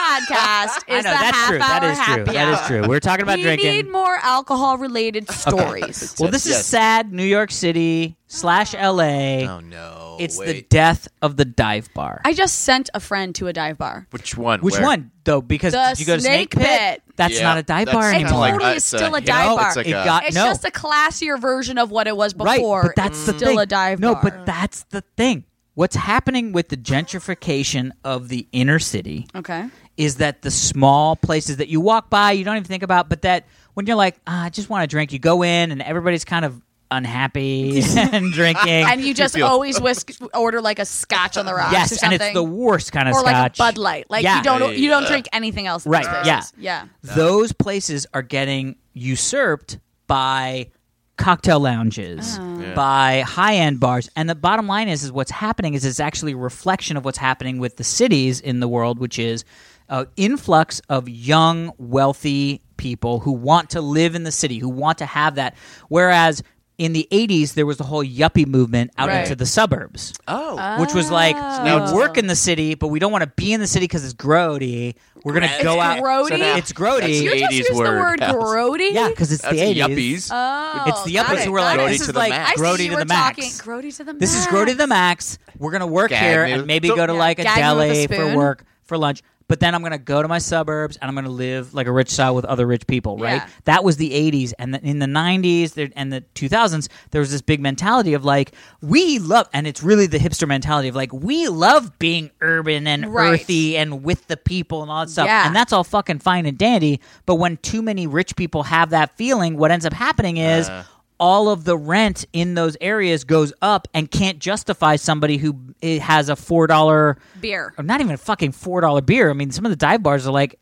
[SPEAKER 1] I
[SPEAKER 2] podcast is
[SPEAKER 1] know
[SPEAKER 2] the
[SPEAKER 1] that's
[SPEAKER 2] half
[SPEAKER 1] true.
[SPEAKER 2] hour
[SPEAKER 1] That is true.
[SPEAKER 2] happy
[SPEAKER 1] That is
[SPEAKER 2] hour.
[SPEAKER 1] true. We're talking about
[SPEAKER 2] we
[SPEAKER 1] drinking.
[SPEAKER 2] need more alcohol related stories.
[SPEAKER 1] well, this is
[SPEAKER 3] Yes.
[SPEAKER 1] sad. New York City
[SPEAKER 2] Ah.
[SPEAKER 1] slash L.A.
[SPEAKER 3] Oh no!
[SPEAKER 1] it's the
[SPEAKER 3] wait.
[SPEAKER 1] death of the dive bar.
[SPEAKER 2] I just sent a friend to a dive bar.
[SPEAKER 3] Which one?
[SPEAKER 1] Which
[SPEAKER 3] Where?
[SPEAKER 1] one though? Because
[SPEAKER 2] The
[SPEAKER 1] did you go to
[SPEAKER 2] Snake Pit.
[SPEAKER 1] That's
[SPEAKER 3] Yeah,
[SPEAKER 1] not a dive
[SPEAKER 3] that's
[SPEAKER 1] bar
[SPEAKER 3] kinda
[SPEAKER 1] anymore.
[SPEAKER 2] like- Totally
[SPEAKER 3] uh,
[SPEAKER 2] is
[SPEAKER 3] it's
[SPEAKER 2] still a
[SPEAKER 3] you
[SPEAKER 2] dive
[SPEAKER 3] know,
[SPEAKER 2] bar.
[SPEAKER 3] It's like
[SPEAKER 1] It
[SPEAKER 3] a-
[SPEAKER 1] got-
[SPEAKER 2] It's
[SPEAKER 1] Uh, No.
[SPEAKER 2] just a classier version of what it was before.
[SPEAKER 1] Right, but that's
[SPEAKER 2] it's
[SPEAKER 1] the
[SPEAKER 2] still
[SPEAKER 1] thing.
[SPEAKER 2] a dive
[SPEAKER 1] no,
[SPEAKER 2] bar.
[SPEAKER 1] but that's the thing. What's happening with the gentrification of the inner city
[SPEAKER 2] okay.
[SPEAKER 1] is that the small places that you walk by, you don't even think about, but that when you're like, ah, I just want a drink, you go in and everybody's kind of unhappy and drinking.
[SPEAKER 2] And you just
[SPEAKER 3] feel-
[SPEAKER 2] always whisk order like a scotch on the rocks or
[SPEAKER 1] yes, and
[SPEAKER 2] something.
[SPEAKER 1] it's the worst kind of
[SPEAKER 2] or like
[SPEAKER 1] scotch.
[SPEAKER 2] a Bud Light. Like
[SPEAKER 1] Yeah.
[SPEAKER 2] you don't you don't
[SPEAKER 3] Yeah.
[SPEAKER 2] drink anything else. in
[SPEAKER 1] Right,
[SPEAKER 2] those
[SPEAKER 1] yeah.
[SPEAKER 2] places. Yeah.
[SPEAKER 1] Those places are getting usurped by cocktail lounges,
[SPEAKER 2] Oh.
[SPEAKER 3] Yeah.
[SPEAKER 1] by high-end bars, and the bottom line is, is what's happening is it's actually a reflection of what's happening with the cities in the world, which is an influx of young, wealthy people who want to live in the city, who want to have that. Whereas in the '80s, there was the whole yuppie movement out
[SPEAKER 2] Right.
[SPEAKER 1] into the suburbs
[SPEAKER 3] Oh,
[SPEAKER 1] which was like
[SPEAKER 3] now
[SPEAKER 1] we work in the city, but we don't want to be in the city because it's grody. We're gonna
[SPEAKER 3] It's
[SPEAKER 1] go out.
[SPEAKER 2] grody? So now-
[SPEAKER 1] It's grody.
[SPEAKER 3] That's
[SPEAKER 2] You just
[SPEAKER 3] 80s
[SPEAKER 2] used the
[SPEAKER 3] word,
[SPEAKER 2] word
[SPEAKER 3] Alex.
[SPEAKER 2] grody.
[SPEAKER 1] yeah, because it's
[SPEAKER 3] that's
[SPEAKER 1] the
[SPEAKER 3] yuppies.
[SPEAKER 1] eighties.
[SPEAKER 2] Oh,
[SPEAKER 1] it's the
[SPEAKER 2] got
[SPEAKER 1] yuppies
[SPEAKER 2] it,
[SPEAKER 1] who were like,
[SPEAKER 2] got it.
[SPEAKER 1] this
[SPEAKER 3] Grody to
[SPEAKER 1] is
[SPEAKER 3] the
[SPEAKER 1] like
[SPEAKER 3] max.
[SPEAKER 2] I see
[SPEAKER 1] grody
[SPEAKER 2] you
[SPEAKER 1] to
[SPEAKER 2] were
[SPEAKER 1] the max.
[SPEAKER 2] talking- Grody to the max.
[SPEAKER 1] This is grody to the max. We're gonna work
[SPEAKER 3] Gag
[SPEAKER 1] here
[SPEAKER 3] me
[SPEAKER 1] and
[SPEAKER 3] with-
[SPEAKER 1] maybe go to
[SPEAKER 2] Yeah,
[SPEAKER 1] like a
[SPEAKER 2] gag me with a
[SPEAKER 1] deli for
[SPEAKER 2] spoon.
[SPEAKER 1] work for lunch. But then I'm gonna go to my suburbs and I'm gonna live like a rich style with other rich people, right?
[SPEAKER 2] Yeah.
[SPEAKER 1] That was the '80s, and the, in the '90s there, and the 2000s, there was this big mentality of like we love, and it's really the hipster mentality of like we love being urban and
[SPEAKER 2] Right.
[SPEAKER 1] earthy and with the people and all that stuff,
[SPEAKER 2] Yeah.
[SPEAKER 1] and that's all fucking fine and dandy. But when too many rich people have that feeling, what ends up happening is
[SPEAKER 3] Uh.
[SPEAKER 1] all of the rent in those areas goes up and can't justify somebody who eh, has a four dollar
[SPEAKER 2] beer.
[SPEAKER 1] or not even a fucking four dollar beer. I mean, some of the dive bars are like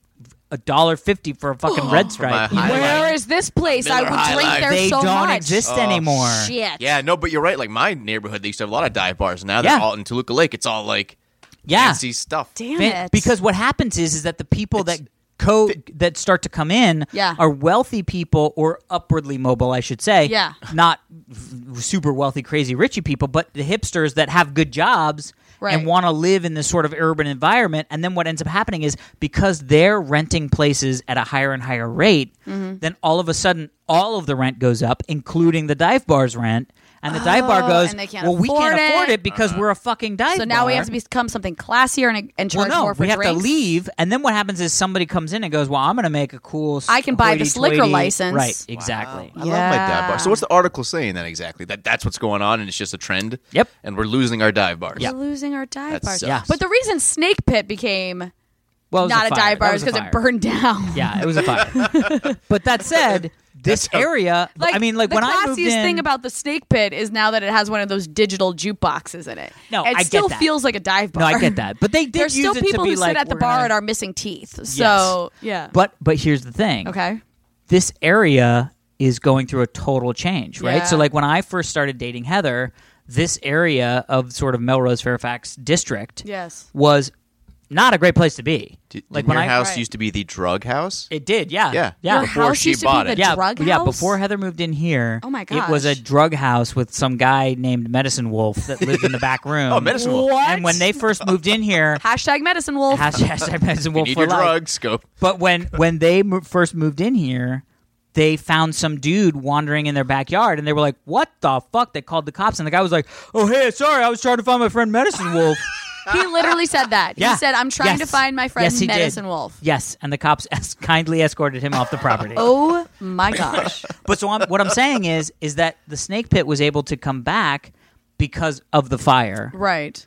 [SPEAKER 1] a dollar fifty for a fucking red stripe.
[SPEAKER 3] my High
[SPEAKER 2] Where
[SPEAKER 3] Life.
[SPEAKER 2] is this place? I
[SPEAKER 3] Miller High
[SPEAKER 2] would drink
[SPEAKER 3] Life.
[SPEAKER 2] there
[SPEAKER 1] they
[SPEAKER 2] so
[SPEAKER 1] don't
[SPEAKER 2] much.
[SPEAKER 1] exist
[SPEAKER 3] Oh,
[SPEAKER 1] anymore.
[SPEAKER 2] Shit.
[SPEAKER 3] Yeah, no, but you're right. Like my neighborhood, they used to have a lot of dive bars. Now
[SPEAKER 1] Yeah.
[SPEAKER 3] they're all in Toluca Lake. It's all like
[SPEAKER 1] Yeah.
[SPEAKER 3] fancy stuff.
[SPEAKER 2] Damn
[SPEAKER 1] Fan-
[SPEAKER 2] it.
[SPEAKER 1] Because what happens is is that the people that co that start to come in
[SPEAKER 2] Yeah.
[SPEAKER 1] are wealthy people or upwardly mobile, I should say.
[SPEAKER 2] Yeah.
[SPEAKER 1] Not f- super wealthy, crazy richy people, but the hipsters that have good jobs
[SPEAKER 2] Right.
[SPEAKER 1] and want to live in this sort of urban environment. And then what ends up
[SPEAKER 2] Mm-hmm.
[SPEAKER 1] happening is because they're renting places at a higher and higher rate, then all of a sudden all of the rent goes up, including the dive bar's rent. And the dive bar goes,
[SPEAKER 2] Oh, and they can't
[SPEAKER 1] well, we can't
[SPEAKER 2] afford it."
[SPEAKER 1] afford it because we're a fucking dive
[SPEAKER 2] So now we
[SPEAKER 1] bar."
[SPEAKER 2] have to become something classier and, and charge
[SPEAKER 1] well, no,
[SPEAKER 2] more for
[SPEAKER 1] we have
[SPEAKER 2] drinks.
[SPEAKER 1] to leave, and then what happens is somebody comes in and goes, "Well, I'm going to make a cool. s-
[SPEAKER 2] I can buy this liquor
[SPEAKER 1] hoity-toity-"
[SPEAKER 2] license.
[SPEAKER 1] right? Exactly.
[SPEAKER 3] I love my dive
[SPEAKER 2] Yeah.
[SPEAKER 3] bar. So what's the article saying then exactly? That that's what's going on and it's just a trend.
[SPEAKER 1] Yep.
[SPEAKER 3] And we're losing our dive bars.
[SPEAKER 2] We're losing our dive
[SPEAKER 3] That
[SPEAKER 2] bars.
[SPEAKER 3] sucks. Yeah.
[SPEAKER 2] But the reason Snake Pit became
[SPEAKER 1] Well, it was
[SPEAKER 2] not a,
[SPEAKER 1] fire.
[SPEAKER 2] dive
[SPEAKER 1] That
[SPEAKER 2] bar
[SPEAKER 1] was
[SPEAKER 2] is
[SPEAKER 1] a
[SPEAKER 2] because
[SPEAKER 1] fire.
[SPEAKER 2] it burned down.
[SPEAKER 1] Yeah, it was a fire. but that said, this
[SPEAKER 3] how-
[SPEAKER 1] area,
[SPEAKER 2] Like,
[SPEAKER 1] I mean, like
[SPEAKER 2] the
[SPEAKER 1] when
[SPEAKER 2] classiest
[SPEAKER 1] I moved in,
[SPEAKER 2] thing about the Snake Pit is now that it has one of those digital jukeboxes in it.
[SPEAKER 1] No,
[SPEAKER 2] it
[SPEAKER 1] I get
[SPEAKER 2] still
[SPEAKER 1] that.
[SPEAKER 2] feels like a dive
[SPEAKER 1] no,
[SPEAKER 2] bar.
[SPEAKER 1] I get that, but they did
[SPEAKER 2] There's
[SPEAKER 1] use
[SPEAKER 2] still
[SPEAKER 1] it
[SPEAKER 2] people
[SPEAKER 1] to be
[SPEAKER 2] who
[SPEAKER 1] like
[SPEAKER 2] sit at the
[SPEAKER 1] we're
[SPEAKER 2] bar
[SPEAKER 1] gonna-
[SPEAKER 2] and are missing teeth. So yeah,
[SPEAKER 1] But but here's the thing.
[SPEAKER 2] okay,
[SPEAKER 1] this area is going through a total change, right?
[SPEAKER 2] Yeah.
[SPEAKER 1] So like when I first started dating Heather, this area of sort of Melrose Fairfax district
[SPEAKER 2] yes.
[SPEAKER 1] was not a great place to be.
[SPEAKER 3] Did,
[SPEAKER 1] like
[SPEAKER 3] like
[SPEAKER 1] when
[SPEAKER 3] your
[SPEAKER 1] I
[SPEAKER 3] house
[SPEAKER 2] Right.
[SPEAKER 3] used to be the drug house.
[SPEAKER 1] it did, yeah.
[SPEAKER 3] Yeah.
[SPEAKER 1] Yeah.
[SPEAKER 2] Your
[SPEAKER 3] before
[SPEAKER 2] house
[SPEAKER 3] she
[SPEAKER 2] used to
[SPEAKER 3] bought
[SPEAKER 2] be
[SPEAKER 3] it.
[SPEAKER 2] the
[SPEAKER 1] yeah,
[SPEAKER 2] drug
[SPEAKER 1] yeah.
[SPEAKER 2] house?
[SPEAKER 1] Before Heather moved in here,
[SPEAKER 2] Oh my
[SPEAKER 1] it was a
[SPEAKER 2] gosh.
[SPEAKER 1] drug house with some guy named Medicine Wolf that lived in the back room.
[SPEAKER 3] Oh, Medicine Wolf.
[SPEAKER 2] What?
[SPEAKER 1] And when they first moved in here,
[SPEAKER 2] Hashtag Medicine Wolf.
[SPEAKER 1] hashtag, hashtag Medicine
[SPEAKER 3] You
[SPEAKER 1] Wolf
[SPEAKER 3] need
[SPEAKER 1] for
[SPEAKER 3] your
[SPEAKER 1] life.
[SPEAKER 3] drugs. Go.
[SPEAKER 1] But when when they mo- first moved in here, they found some dude wandering in their backyard, and they were like, "What the fuck?" They called the cops, and the guy was like, "Oh hey, sorry, I was trying to find my friend Medicine Wolf."
[SPEAKER 2] he literally said that.
[SPEAKER 1] Yeah.
[SPEAKER 2] He said, "I'm trying to
[SPEAKER 1] Yes.
[SPEAKER 2] find my friend
[SPEAKER 1] Yes, he did.
[SPEAKER 2] Medicine Wolf."
[SPEAKER 1] yes, and the cops es- kindly escorted him off the property.
[SPEAKER 2] Oh my gosh.
[SPEAKER 1] But so I'm, what I'm saying is, is that the snake pit was able to come back because of the fire,
[SPEAKER 2] right.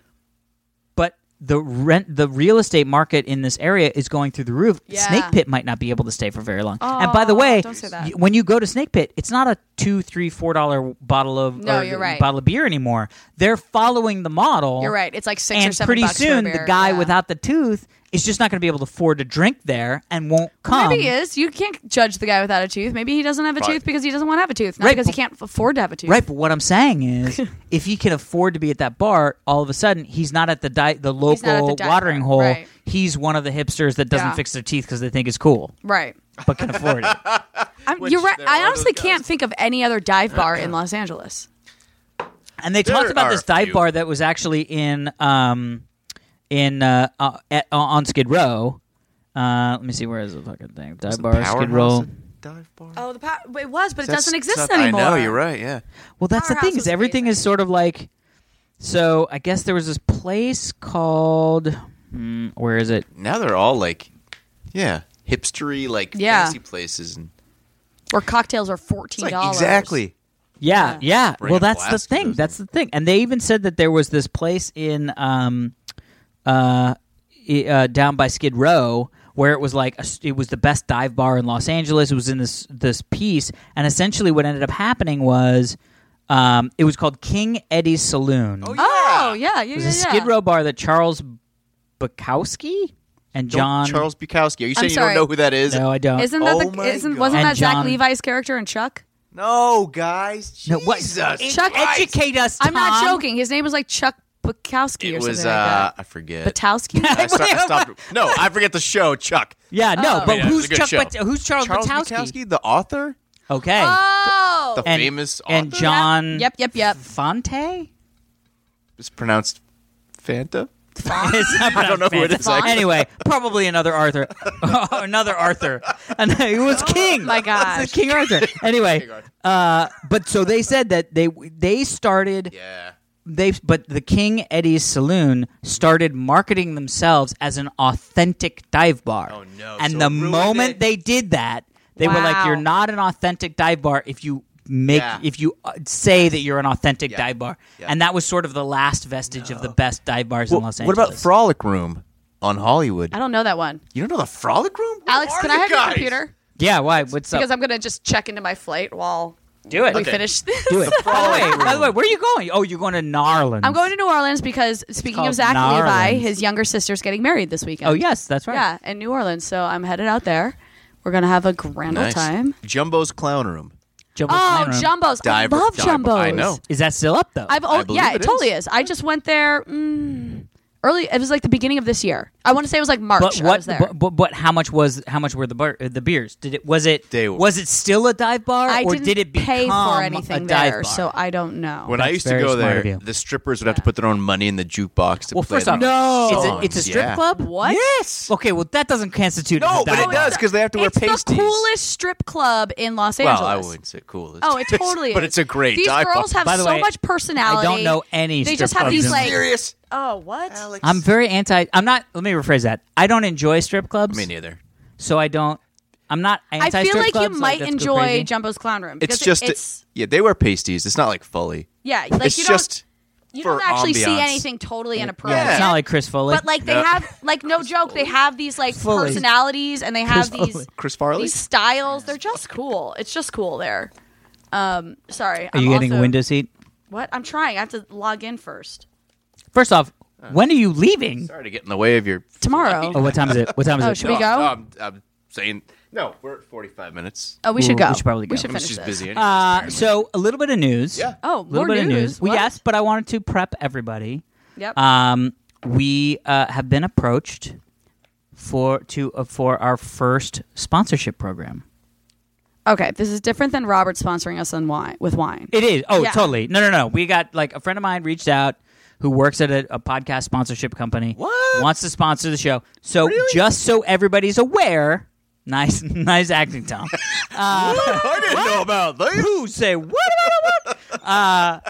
[SPEAKER 1] but. The rent, the real estate market in this area is going through the roof.
[SPEAKER 2] Yeah.
[SPEAKER 1] Snake Pit might not be able to stay for very long. and by the
[SPEAKER 2] Oh,
[SPEAKER 1] way,
[SPEAKER 2] don't say that.
[SPEAKER 1] y- when you go to Snake Pit, it's not a two, three, four dollar bottle of
[SPEAKER 2] No,
[SPEAKER 1] or
[SPEAKER 2] you're right.
[SPEAKER 1] bottle of beer anymore. They're following the model.
[SPEAKER 2] You're right. It's like six
[SPEAKER 1] and
[SPEAKER 2] or seven.
[SPEAKER 1] pretty
[SPEAKER 2] bucks for a
[SPEAKER 1] soon, the
[SPEAKER 2] beer.
[SPEAKER 1] guy
[SPEAKER 2] Yeah.
[SPEAKER 1] without the tooth is just not going to be able to afford to drink there and won't come.
[SPEAKER 3] Um,
[SPEAKER 2] Maybe he is. You can't judge the guy without a tooth. Maybe he doesn't have a
[SPEAKER 3] Probably.
[SPEAKER 2] tooth because he doesn't want to have a tooth, not
[SPEAKER 1] Right,
[SPEAKER 2] because he
[SPEAKER 1] but-
[SPEAKER 2] can't afford to have a tooth.
[SPEAKER 1] Right, but what I'm saying is, if he can afford to be at that bar, all of a sudden he's not at the di- the
[SPEAKER 2] He's not at the
[SPEAKER 1] local
[SPEAKER 2] dive
[SPEAKER 1] watering
[SPEAKER 2] bar,
[SPEAKER 1] hole.
[SPEAKER 2] right.
[SPEAKER 1] He's one of the hipsters that doesn't
[SPEAKER 2] Yeah.
[SPEAKER 1] fix their teeth because they think it's cool,
[SPEAKER 2] Right.
[SPEAKER 1] but can afford it.
[SPEAKER 2] I'm,
[SPEAKER 3] Which
[SPEAKER 2] you're right.
[SPEAKER 3] there
[SPEAKER 2] I
[SPEAKER 3] are
[SPEAKER 2] honestly
[SPEAKER 3] those
[SPEAKER 2] can't
[SPEAKER 3] guys.
[SPEAKER 2] think of any other dive bar in Los Angeles.
[SPEAKER 1] And they
[SPEAKER 3] There
[SPEAKER 1] talked about
[SPEAKER 3] are
[SPEAKER 1] this
[SPEAKER 3] a
[SPEAKER 1] dive
[SPEAKER 3] few.
[SPEAKER 1] bar that was actually in um in uh, uh at, on Skid Row. Uh, let me see where is the fucking thing. Dive bar Skid Row.
[SPEAKER 3] Powerhouse Dive bar.
[SPEAKER 2] Oh, the pa- it was, but it
[SPEAKER 3] That's-
[SPEAKER 2] doesn't exist
[SPEAKER 3] that's-
[SPEAKER 2] anymore.
[SPEAKER 3] I know. You're right. Yeah.
[SPEAKER 1] Well, that's the thing
[SPEAKER 2] Powerhouse
[SPEAKER 1] is
[SPEAKER 2] was
[SPEAKER 1] everything is sort of like. So I guess there was this place called. Hmm, where is it?
[SPEAKER 3] Now they're all like, yeah, hipstery like
[SPEAKER 2] Yeah.
[SPEAKER 3] fancy places and
[SPEAKER 2] Where cocktails are
[SPEAKER 3] it's
[SPEAKER 2] fourteen
[SPEAKER 3] like
[SPEAKER 2] dollars.
[SPEAKER 3] exactly.
[SPEAKER 1] Yeah, yeah.
[SPEAKER 3] Bring
[SPEAKER 1] Well,
[SPEAKER 3] up
[SPEAKER 1] that's the
[SPEAKER 3] Alaska,
[SPEAKER 1] thing.
[SPEAKER 3] doesn't
[SPEAKER 1] That's the thing. And they even said that there was this place in um, uh, i- uh down by Skid Row where it was like a s it was the best dive bar in Los Angeles. It was in this this piece, and essentially what ended up happening was um, it was called King Eddie's Saloon.
[SPEAKER 3] Oh,
[SPEAKER 2] Oh yeah, yeah, yeah.
[SPEAKER 1] it was
[SPEAKER 2] yeah.
[SPEAKER 1] a Skid Row bar that Charles Bukowski and
[SPEAKER 3] Don't-
[SPEAKER 1] John.
[SPEAKER 3] Charles Bukowski. Are you
[SPEAKER 2] I'm
[SPEAKER 3] saying you don't
[SPEAKER 2] sorry.
[SPEAKER 3] know who that is?
[SPEAKER 1] no, I don't.
[SPEAKER 2] Isn't that
[SPEAKER 3] Oh
[SPEAKER 2] the?
[SPEAKER 3] my
[SPEAKER 2] Isn't
[SPEAKER 3] God.
[SPEAKER 2] wasn't
[SPEAKER 1] And
[SPEAKER 2] that Zach
[SPEAKER 1] John-
[SPEAKER 2] Levi's character in Chuck?
[SPEAKER 3] No, guys.
[SPEAKER 1] no, what?
[SPEAKER 3] Jesus.
[SPEAKER 2] Chuck-
[SPEAKER 3] Christ.
[SPEAKER 1] educate us.
[SPEAKER 2] I'm not
[SPEAKER 1] Tom.
[SPEAKER 2] joking. His name was like Chuck Bukowski
[SPEAKER 3] It
[SPEAKER 2] or
[SPEAKER 3] was
[SPEAKER 2] something
[SPEAKER 3] uh,
[SPEAKER 2] like
[SPEAKER 3] I forget.
[SPEAKER 2] that. Butowski.
[SPEAKER 3] I, sto- I stopped. No, I forget the show. Chuck.
[SPEAKER 1] Yeah, no,
[SPEAKER 2] Oh.
[SPEAKER 1] but
[SPEAKER 3] Yeah, it was
[SPEAKER 1] who's
[SPEAKER 3] a good
[SPEAKER 1] Chuck?
[SPEAKER 3] show.
[SPEAKER 1] But, who's Charles,
[SPEAKER 3] Charles
[SPEAKER 1] Bukowski?
[SPEAKER 3] Bukowski, the author,
[SPEAKER 1] Okay.
[SPEAKER 2] oh,
[SPEAKER 3] the
[SPEAKER 1] And-
[SPEAKER 3] famous
[SPEAKER 1] and
[SPEAKER 3] author.
[SPEAKER 1] John
[SPEAKER 2] Yep, yep, yep.
[SPEAKER 1] Fonte?
[SPEAKER 3] It's pronounced Fanta.
[SPEAKER 1] It's not
[SPEAKER 3] I don't know who it
[SPEAKER 1] Fonte.
[SPEAKER 3] is, actually.
[SPEAKER 1] Anyway, probably another Arthur. another Arthur. And he was king.
[SPEAKER 2] Oh my gosh.
[SPEAKER 1] It's King Arthur. Anyway, uh, but so they said that they they started
[SPEAKER 3] Yeah.
[SPEAKER 1] they but the King Eddie's Saloon started marketing themselves as an authentic dive bar.
[SPEAKER 3] Oh, no.
[SPEAKER 1] And
[SPEAKER 3] So
[SPEAKER 1] the
[SPEAKER 3] it ruined
[SPEAKER 1] moment
[SPEAKER 3] it.
[SPEAKER 1] they did that, they were like
[SPEAKER 2] Wow.
[SPEAKER 1] you're not an authentic dive bar if you make
[SPEAKER 3] Yeah.
[SPEAKER 1] if you uh, say that you're an authentic
[SPEAKER 3] Yeah.
[SPEAKER 1] dive bar.
[SPEAKER 3] Yeah.
[SPEAKER 1] And that was sort of the last vestige of the best dive bars in Los
[SPEAKER 3] what
[SPEAKER 1] Angeles.
[SPEAKER 3] about Frolic Room on Hollywood?
[SPEAKER 2] I don't know that one.
[SPEAKER 3] You don't know the Frolic Room? Where
[SPEAKER 2] Alex,
[SPEAKER 3] are
[SPEAKER 2] can I
[SPEAKER 3] you
[SPEAKER 2] have your
[SPEAKER 3] guys?
[SPEAKER 2] computer?
[SPEAKER 1] Yeah, why? What's up?
[SPEAKER 2] Because I'm gonna just check into my flight while
[SPEAKER 1] Do it.
[SPEAKER 2] we
[SPEAKER 3] Okay.
[SPEAKER 2] finish this.
[SPEAKER 1] Do it. By the, way,
[SPEAKER 3] frolic
[SPEAKER 1] Oh, by the
[SPEAKER 3] room.
[SPEAKER 1] way, where are you going? Oh, you're going to Narland.
[SPEAKER 2] I'm going to New Orleans because speaking
[SPEAKER 1] called
[SPEAKER 2] of Zach
[SPEAKER 1] Gnarlands.
[SPEAKER 2] Levi, his younger sister's getting married this weekend.
[SPEAKER 1] Oh, yes, that's right.
[SPEAKER 2] Yeah, in New Orleans. So I'm headed out there. We're gonna have a grand old
[SPEAKER 3] Nice.
[SPEAKER 2] time.
[SPEAKER 3] Jumbo's Clown Room.
[SPEAKER 1] Jumbo's
[SPEAKER 2] Oh,
[SPEAKER 1] Clan Room.
[SPEAKER 2] Jumbos!
[SPEAKER 3] Diver-
[SPEAKER 2] I love
[SPEAKER 3] diver-
[SPEAKER 2] Jumbos.
[SPEAKER 3] I know.
[SPEAKER 1] Is that still up though?
[SPEAKER 2] I've oh,
[SPEAKER 3] believe
[SPEAKER 2] yeah,
[SPEAKER 3] it
[SPEAKER 2] it, totally
[SPEAKER 3] is.
[SPEAKER 2] is. I just went there mm, early. It was like the beginning of this year. I want to say it was like March.
[SPEAKER 1] But
[SPEAKER 2] I
[SPEAKER 1] what?
[SPEAKER 2] was there.
[SPEAKER 1] But, but but how much was how much were the bar, uh, the beers? Did it was it
[SPEAKER 3] They were-
[SPEAKER 1] was it still a dive bar
[SPEAKER 2] I
[SPEAKER 1] or
[SPEAKER 2] didn't
[SPEAKER 1] did it become
[SPEAKER 2] pay for
[SPEAKER 1] a
[SPEAKER 2] anything
[SPEAKER 1] dive
[SPEAKER 2] there,
[SPEAKER 1] bar?
[SPEAKER 2] so I don't know.
[SPEAKER 3] When
[SPEAKER 1] That's
[SPEAKER 3] I used to
[SPEAKER 1] very
[SPEAKER 3] go
[SPEAKER 1] smart of
[SPEAKER 3] there,
[SPEAKER 1] you.
[SPEAKER 3] the strippers would have to put their own money in the jukebox to
[SPEAKER 1] well,
[SPEAKER 3] play
[SPEAKER 1] first
[SPEAKER 3] their
[SPEAKER 1] off,
[SPEAKER 3] own
[SPEAKER 1] it's a,
[SPEAKER 3] songs.
[SPEAKER 1] it's a strip
[SPEAKER 3] Yeah.
[SPEAKER 1] club.
[SPEAKER 2] What?
[SPEAKER 1] Yes. Okay, well that doesn't constitute. as
[SPEAKER 3] No,
[SPEAKER 1] a
[SPEAKER 3] but
[SPEAKER 1] dive
[SPEAKER 3] it
[SPEAKER 1] bar.
[SPEAKER 3] does because they have to wear
[SPEAKER 2] Oh, it's the
[SPEAKER 3] pasties.
[SPEAKER 2] coolest strip club in Los Angeles.
[SPEAKER 3] well, I wouldn't say coolest.
[SPEAKER 2] Oh, it totally.
[SPEAKER 3] but
[SPEAKER 2] is.
[SPEAKER 3] it's a great
[SPEAKER 2] These
[SPEAKER 3] dive bar.
[SPEAKER 2] girls have
[SPEAKER 1] By the
[SPEAKER 2] so
[SPEAKER 1] way,
[SPEAKER 2] much personality.
[SPEAKER 1] I don't know any
[SPEAKER 2] They
[SPEAKER 1] strip
[SPEAKER 2] just have
[SPEAKER 1] clubs
[SPEAKER 2] these
[SPEAKER 1] in-
[SPEAKER 2] like.
[SPEAKER 3] serious.
[SPEAKER 2] Oh, what?
[SPEAKER 1] I'm very anti. I'm not. Let me rephrase that. I don't enjoy strip clubs,
[SPEAKER 3] Me neither.
[SPEAKER 1] so I don't. I'm not
[SPEAKER 2] I
[SPEAKER 1] anti.
[SPEAKER 2] feel like
[SPEAKER 1] clubs,
[SPEAKER 2] you might
[SPEAKER 1] that's go
[SPEAKER 2] enjoy
[SPEAKER 1] crazy.
[SPEAKER 2] Jumbo's Clown Room.
[SPEAKER 3] It's
[SPEAKER 2] because it-
[SPEAKER 3] just
[SPEAKER 2] it's
[SPEAKER 3] yeah, they wear pasties. It's not like fully.
[SPEAKER 2] yeah, like
[SPEAKER 3] it's
[SPEAKER 2] you don't
[SPEAKER 3] just
[SPEAKER 2] you
[SPEAKER 3] for
[SPEAKER 2] don't actually see
[SPEAKER 3] ambiance.
[SPEAKER 2] anything totally inappropriate.
[SPEAKER 1] It's not like Chris Foley.
[SPEAKER 2] but like they
[SPEAKER 3] No.
[SPEAKER 2] have like no joke, they have these like
[SPEAKER 1] Fully.
[SPEAKER 2] personalities and they have
[SPEAKER 1] Chris
[SPEAKER 2] these
[SPEAKER 1] Foley.
[SPEAKER 3] Chris Farley.
[SPEAKER 2] these styles. They're just cool. It's just cool there. Um, sorry.
[SPEAKER 1] are you getting a window seat?
[SPEAKER 2] What? I'm trying. I have to log in first
[SPEAKER 1] First off, when are you leaving?
[SPEAKER 3] Uh, Sorry to get in the way of your.
[SPEAKER 2] tomorrow.
[SPEAKER 1] Oh, what time is it? What time is
[SPEAKER 2] Oh,
[SPEAKER 1] it?
[SPEAKER 2] should we
[SPEAKER 3] No,
[SPEAKER 2] go?
[SPEAKER 3] No, I'm, I'm saying no. We're at 45 minutes.
[SPEAKER 2] Oh, we should
[SPEAKER 1] Ooh,
[SPEAKER 2] go.
[SPEAKER 1] we should probably go.
[SPEAKER 2] We should
[SPEAKER 1] I
[SPEAKER 3] I mean,
[SPEAKER 2] finish
[SPEAKER 3] she's
[SPEAKER 2] this.
[SPEAKER 3] busy. anyway.
[SPEAKER 1] Uh, so a little bit of news.
[SPEAKER 3] Yeah.
[SPEAKER 1] a
[SPEAKER 2] Oh,
[SPEAKER 1] little
[SPEAKER 2] more
[SPEAKER 1] bit of
[SPEAKER 2] news?
[SPEAKER 1] news. Well,
[SPEAKER 2] What?
[SPEAKER 1] yes, but I wanted to prep everybody.
[SPEAKER 2] Yep.
[SPEAKER 1] Um, we uh, have been approached for to uh, for our first sponsorship program.
[SPEAKER 2] okay, this is different than Robert sponsoring us on wine with wine.
[SPEAKER 1] It is. Oh,
[SPEAKER 2] Yeah.
[SPEAKER 1] totally. No, no, no. We got like a friend of mine reached out who works at a, a podcast sponsorship company.
[SPEAKER 3] What?
[SPEAKER 1] Wants to sponsor the show. So just so everybody's aware, nice, nice acting, Tom.
[SPEAKER 3] I didn't know about this.
[SPEAKER 1] Who say what? what, what? Uh,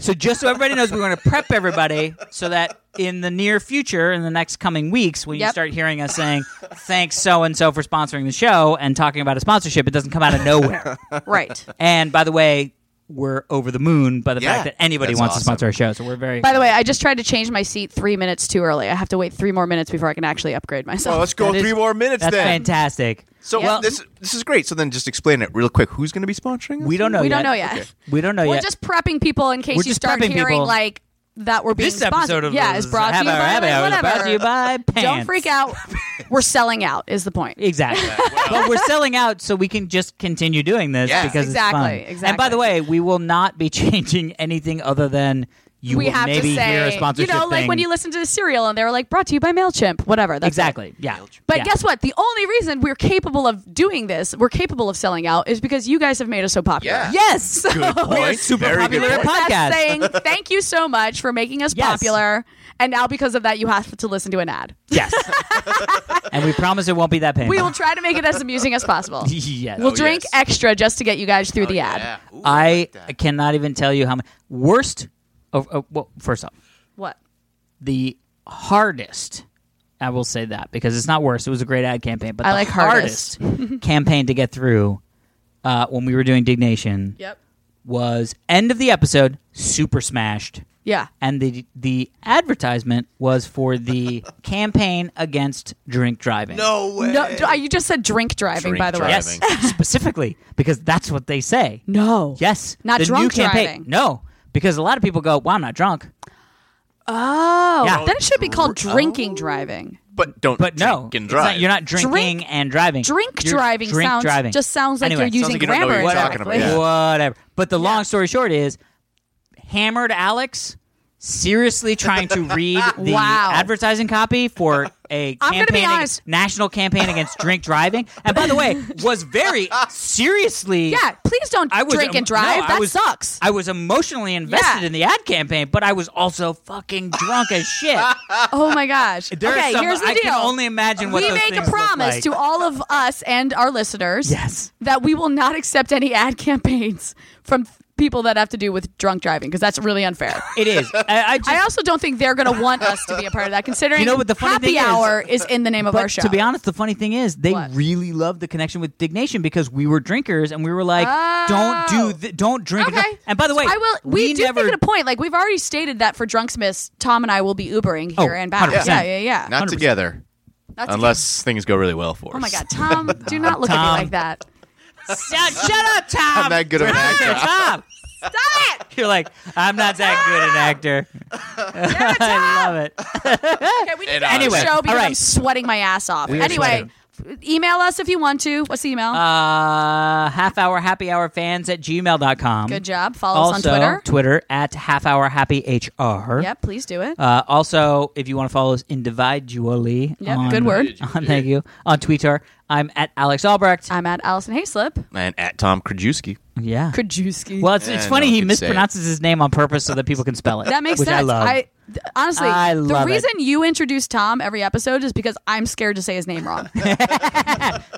[SPEAKER 1] so just so everybody knows, we want to prep everybody so that in the near future, in the next coming weeks, when you
[SPEAKER 2] Yep.
[SPEAKER 1] start hearing us saying thanks so and so for sponsoring the show and talking about a sponsorship, it doesn't come out of nowhere.
[SPEAKER 2] right.
[SPEAKER 1] And by the way, we're over the moon by the
[SPEAKER 3] Yeah,
[SPEAKER 1] fact that anybody
[SPEAKER 3] that's
[SPEAKER 1] wants to
[SPEAKER 3] awesome.
[SPEAKER 1] sponsor our show. So we're very.
[SPEAKER 2] By the way, I just tried to change my seat three minutes too early. I have to wait three more minutes before I can actually upgrade myself.
[SPEAKER 3] Well, let's go
[SPEAKER 1] That is-
[SPEAKER 3] three more minutes
[SPEAKER 1] that's
[SPEAKER 3] then.
[SPEAKER 1] fantastic.
[SPEAKER 3] So
[SPEAKER 2] Yeah.
[SPEAKER 3] this this is great. So then just explain it real quick. Who's going to be sponsoring? Us?
[SPEAKER 1] We don't know.
[SPEAKER 2] we
[SPEAKER 1] yet.
[SPEAKER 2] don't know yet.
[SPEAKER 1] We don't know
[SPEAKER 2] We're
[SPEAKER 1] yet.
[SPEAKER 2] just prepping people in case
[SPEAKER 1] We're
[SPEAKER 2] you
[SPEAKER 1] just
[SPEAKER 2] start
[SPEAKER 1] prepping
[SPEAKER 2] hearing
[SPEAKER 1] people.
[SPEAKER 2] like that we're being
[SPEAKER 1] this
[SPEAKER 2] sponsored.
[SPEAKER 1] episode of
[SPEAKER 2] yeah, it's brought to
[SPEAKER 1] Happy
[SPEAKER 2] you
[SPEAKER 1] Hour Happy
[SPEAKER 2] by
[SPEAKER 1] Hour is
[SPEAKER 2] whatever.
[SPEAKER 1] brought to you by
[SPEAKER 2] Don't
[SPEAKER 1] pants.
[SPEAKER 2] freak out. we're selling out is the point.
[SPEAKER 1] Exactly. but we're selling out so we can just continue doing this
[SPEAKER 3] Yeah.
[SPEAKER 1] because
[SPEAKER 2] Exactly,
[SPEAKER 1] it's fun. And by
[SPEAKER 2] exactly.
[SPEAKER 1] the way, we will not be changing anything other than you
[SPEAKER 2] we
[SPEAKER 1] will
[SPEAKER 2] have
[SPEAKER 1] maybe
[SPEAKER 2] to say,
[SPEAKER 1] hear a sponsorship
[SPEAKER 2] you know, like
[SPEAKER 1] thing.
[SPEAKER 2] when you listen to the serial and they were like brought to you by Mailchimp, whatever. That's it.
[SPEAKER 1] Exactly. Yeah.
[SPEAKER 2] But
[SPEAKER 1] Yeah.
[SPEAKER 2] guess what? The only reason we're capable of doing this, we're capable of selling out, is because you guys have made us so popular.
[SPEAKER 3] Yeah.
[SPEAKER 2] Yes.
[SPEAKER 3] Good point.
[SPEAKER 1] super
[SPEAKER 3] Very good
[SPEAKER 1] popular
[SPEAKER 3] point.
[SPEAKER 1] at pod- Podcast.
[SPEAKER 2] That's saying thank you so much for making us
[SPEAKER 1] Yes.
[SPEAKER 2] popular, and now because of that, you have to listen to an ad.
[SPEAKER 1] Yes. and we promise it won't be that painful.
[SPEAKER 2] We will try to make it as amusing as possible.
[SPEAKER 1] yes.
[SPEAKER 2] We'll drink
[SPEAKER 3] Oh, yes. Oh,
[SPEAKER 2] extra just to get you guys through the ad.
[SPEAKER 3] Yeah. Ooh,
[SPEAKER 1] I
[SPEAKER 3] like that.
[SPEAKER 1] cannot even tell you how much worst. Of, of- well, first off,
[SPEAKER 2] What?
[SPEAKER 1] the hardest. I will say that because it's not worse. It was a great ad campaign, but
[SPEAKER 2] I
[SPEAKER 1] the
[SPEAKER 2] like hardest.
[SPEAKER 1] hardest campaign to get through uh, when we were doing Dignation
[SPEAKER 2] Yep.
[SPEAKER 1] was end of the episode super smashed,
[SPEAKER 2] Yeah.
[SPEAKER 1] and the the advertisement was for the campaign against drink driving.
[SPEAKER 3] no way.
[SPEAKER 2] No, d- you just said drink driving,
[SPEAKER 3] Drink
[SPEAKER 2] by the way.
[SPEAKER 3] driving.
[SPEAKER 1] yes, specifically because that's what they say.
[SPEAKER 2] No.
[SPEAKER 1] Yes,
[SPEAKER 2] Not
[SPEAKER 1] the
[SPEAKER 2] drunk
[SPEAKER 1] new campaign.
[SPEAKER 2] driving.
[SPEAKER 1] No, because a lot of people go, "Well, I'm not drunk."
[SPEAKER 2] Oh.
[SPEAKER 1] Yeah.
[SPEAKER 2] Then it should be called
[SPEAKER 3] Oh.
[SPEAKER 2] drinking driving.
[SPEAKER 3] but don't.
[SPEAKER 1] But
[SPEAKER 3] drink
[SPEAKER 1] no,
[SPEAKER 3] and
[SPEAKER 1] it's not-
[SPEAKER 3] drive.
[SPEAKER 1] you're not drinking
[SPEAKER 2] Drink-
[SPEAKER 1] and driving.
[SPEAKER 2] Drink
[SPEAKER 1] You're
[SPEAKER 2] driving
[SPEAKER 1] drink
[SPEAKER 2] sounds
[SPEAKER 1] driving.
[SPEAKER 2] just sounds like
[SPEAKER 1] Anyway,
[SPEAKER 2] you're using
[SPEAKER 3] sounds like you don't know
[SPEAKER 2] grammar.
[SPEAKER 3] what you're talking
[SPEAKER 2] incorrectly.
[SPEAKER 3] about, yeah.
[SPEAKER 1] whatever. But the
[SPEAKER 2] Yeah.
[SPEAKER 1] long story short is, hammered Alex seriously trying to read the
[SPEAKER 2] Wow.
[SPEAKER 1] advertising copy for a
[SPEAKER 2] I'm gonna be
[SPEAKER 1] campaign ag-
[SPEAKER 2] honest.
[SPEAKER 1] national campaign against drink driving, and by the way, was very seriously.
[SPEAKER 2] Yeah, please don't
[SPEAKER 1] I was
[SPEAKER 2] drink
[SPEAKER 1] em-
[SPEAKER 2] and drive.
[SPEAKER 1] no, I
[SPEAKER 2] that
[SPEAKER 1] was-
[SPEAKER 2] sucks.
[SPEAKER 1] I was emotionally invested
[SPEAKER 2] Yeah.
[SPEAKER 1] in the ad campaign, but I was also fucking drunk as shit.
[SPEAKER 2] oh my gosh.
[SPEAKER 1] There are
[SPEAKER 2] okay,
[SPEAKER 1] some-
[SPEAKER 2] here's the
[SPEAKER 1] I
[SPEAKER 2] deal.
[SPEAKER 1] can only imagine what
[SPEAKER 2] we
[SPEAKER 1] those
[SPEAKER 2] make
[SPEAKER 1] things look
[SPEAKER 2] a promise
[SPEAKER 1] like.
[SPEAKER 2] to all of us and our listeners
[SPEAKER 1] Yes.
[SPEAKER 2] that we will not accept any ad campaigns from people that have to do with drunk driving because that's really unfair.
[SPEAKER 1] It is. I, I just,
[SPEAKER 2] I also don't think they're going to want us to be a part of that, considering
[SPEAKER 1] You know what the funny
[SPEAKER 2] happy
[SPEAKER 1] thing is?
[SPEAKER 2] hour is in the name of
[SPEAKER 1] But
[SPEAKER 2] our show.
[SPEAKER 1] to be honest, the funny thing is they
[SPEAKER 2] What?
[SPEAKER 1] really loved the connection with Dignation because we were drinkers and we were like,
[SPEAKER 2] Oh.
[SPEAKER 1] don't do, th- don't drink. and
[SPEAKER 2] Okay.
[SPEAKER 1] drive." And by the way,
[SPEAKER 2] I will. We, do
[SPEAKER 1] never.
[SPEAKER 2] make it a point. Like we've already stated that for Drunksmiths, Tom and I will be Ubering here
[SPEAKER 1] Oh,
[SPEAKER 2] and back.
[SPEAKER 1] 100%.
[SPEAKER 2] Yeah, yeah, yeah.
[SPEAKER 3] not
[SPEAKER 1] 100%.
[SPEAKER 3] together.
[SPEAKER 2] That's
[SPEAKER 3] unless things go really well for us.
[SPEAKER 2] Oh my God, Tom! Do not look at
[SPEAKER 1] Tom.
[SPEAKER 2] me like that.
[SPEAKER 1] shut, shut up, Tom.
[SPEAKER 3] I'm that good of an
[SPEAKER 1] Shut
[SPEAKER 3] actor.
[SPEAKER 1] up, Tom.
[SPEAKER 2] Stop it!
[SPEAKER 1] You're like, I'm not that good an actor. I love it.
[SPEAKER 2] Okay, we need
[SPEAKER 3] And
[SPEAKER 2] to end the
[SPEAKER 1] anyway,
[SPEAKER 2] show because
[SPEAKER 1] all right.
[SPEAKER 2] I'm sweating my ass off.
[SPEAKER 1] are
[SPEAKER 2] anyway,
[SPEAKER 1] sweating. Um,
[SPEAKER 2] email us if you want to. What's the email?
[SPEAKER 1] Uh, half hour happy hour fans at gmail.com.
[SPEAKER 2] Good job. Follow us
[SPEAKER 1] Also,
[SPEAKER 2] on Twitter.
[SPEAKER 1] at half hour happy HR.
[SPEAKER 2] Yep, please do it.
[SPEAKER 1] Uh, also, if you want to follow us individually,
[SPEAKER 2] Yep,
[SPEAKER 1] on,
[SPEAKER 2] good word.
[SPEAKER 1] On, thank you. On Twitter, I'm at Alex Albrecht.
[SPEAKER 2] I'm at Allison Hayslip.
[SPEAKER 3] And at Tom Krajewski.
[SPEAKER 1] yeah.
[SPEAKER 2] Krajewski.
[SPEAKER 1] well, it's,
[SPEAKER 3] Yeah,
[SPEAKER 1] it's
[SPEAKER 3] no
[SPEAKER 1] funny
[SPEAKER 3] one
[SPEAKER 1] he
[SPEAKER 3] could say it.
[SPEAKER 1] mispronounces his name on purpose so that people can spell it.
[SPEAKER 2] that makes
[SPEAKER 1] which
[SPEAKER 2] sense.
[SPEAKER 1] I love.
[SPEAKER 2] th- honestly,
[SPEAKER 1] I love it.
[SPEAKER 2] the reason you introduce Tom every episode is because I'm scared to say his name wrong.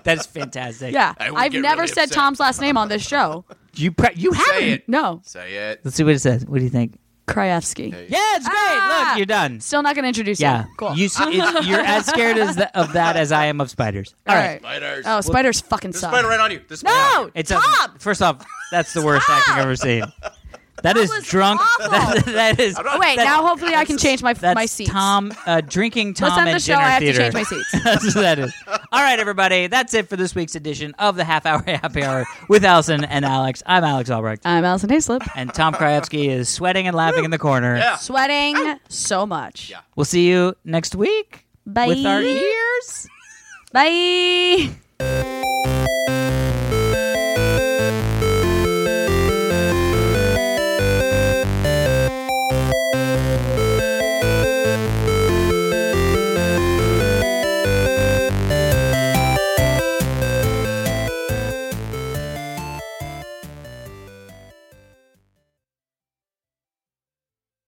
[SPEAKER 1] That's fantastic.
[SPEAKER 2] yeah,
[SPEAKER 3] I would
[SPEAKER 2] I've
[SPEAKER 3] get
[SPEAKER 2] never
[SPEAKER 3] really
[SPEAKER 2] said
[SPEAKER 3] upset.
[SPEAKER 2] Tom's last name on this show.
[SPEAKER 1] You pre- you haven't.
[SPEAKER 3] Say it.
[SPEAKER 2] No,
[SPEAKER 3] Say it.
[SPEAKER 1] Let's see what it says. What do you think?
[SPEAKER 2] Krajewski.
[SPEAKER 1] Yeah, it's great.
[SPEAKER 2] Ah!
[SPEAKER 1] Look, you're done.
[SPEAKER 2] Still not going to introduce
[SPEAKER 1] Yeah.
[SPEAKER 2] him. Cool.
[SPEAKER 1] You, s- it's, you're as scared as the, of that as I am of spiders.
[SPEAKER 2] All
[SPEAKER 1] All
[SPEAKER 2] right.
[SPEAKER 3] Spiders.
[SPEAKER 2] Oh, spiders fucking
[SPEAKER 3] There's a
[SPEAKER 2] suck.
[SPEAKER 3] spider right on you. There's a spider
[SPEAKER 2] No!
[SPEAKER 3] on you.
[SPEAKER 1] It's
[SPEAKER 2] Tom!
[SPEAKER 1] A, first off, that's the worst act I've ever seen. That is
[SPEAKER 2] was
[SPEAKER 1] drunk.
[SPEAKER 2] awful.
[SPEAKER 1] that- that is.
[SPEAKER 2] Oh, wait,
[SPEAKER 1] that-
[SPEAKER 2] now hopefully I can change my
[SPEAKER 1] That's
[SPEAKER 2] my seats.
[SPEAKER 1] Tom uh, drinking Tom
[SPEAKER 2] Let's end
[SPEAKER 1] at
[SPEAKER 2] the show.
[SPEAKER 1] dinner
[SPEAKER 2] I have
[SPEAKER 1] theater.
[SPEAKER 2] to change my seats.
[SPEAKER 1] That's what that is. All right, everybody. That's it for this week's edition of the Half Hour Happy Hour with Allison and Alex. I'm Alex Albrecht.
[SPEAKER 2] I'm Allison Hayslip.
[SPEAKER 1] And Tom Krajewski is sweating and laughing in the corner.
[SPEAKER 3] Yeah.
[SPEAKER 2] Sweating so much.
[SPEAKER 3] Yeah.
[SPEAKER 1] We'll see you next week
[SPEAKER 2] Bye.
[SPEAKER 1] with our ears.
[SPEAKER 2] Bye.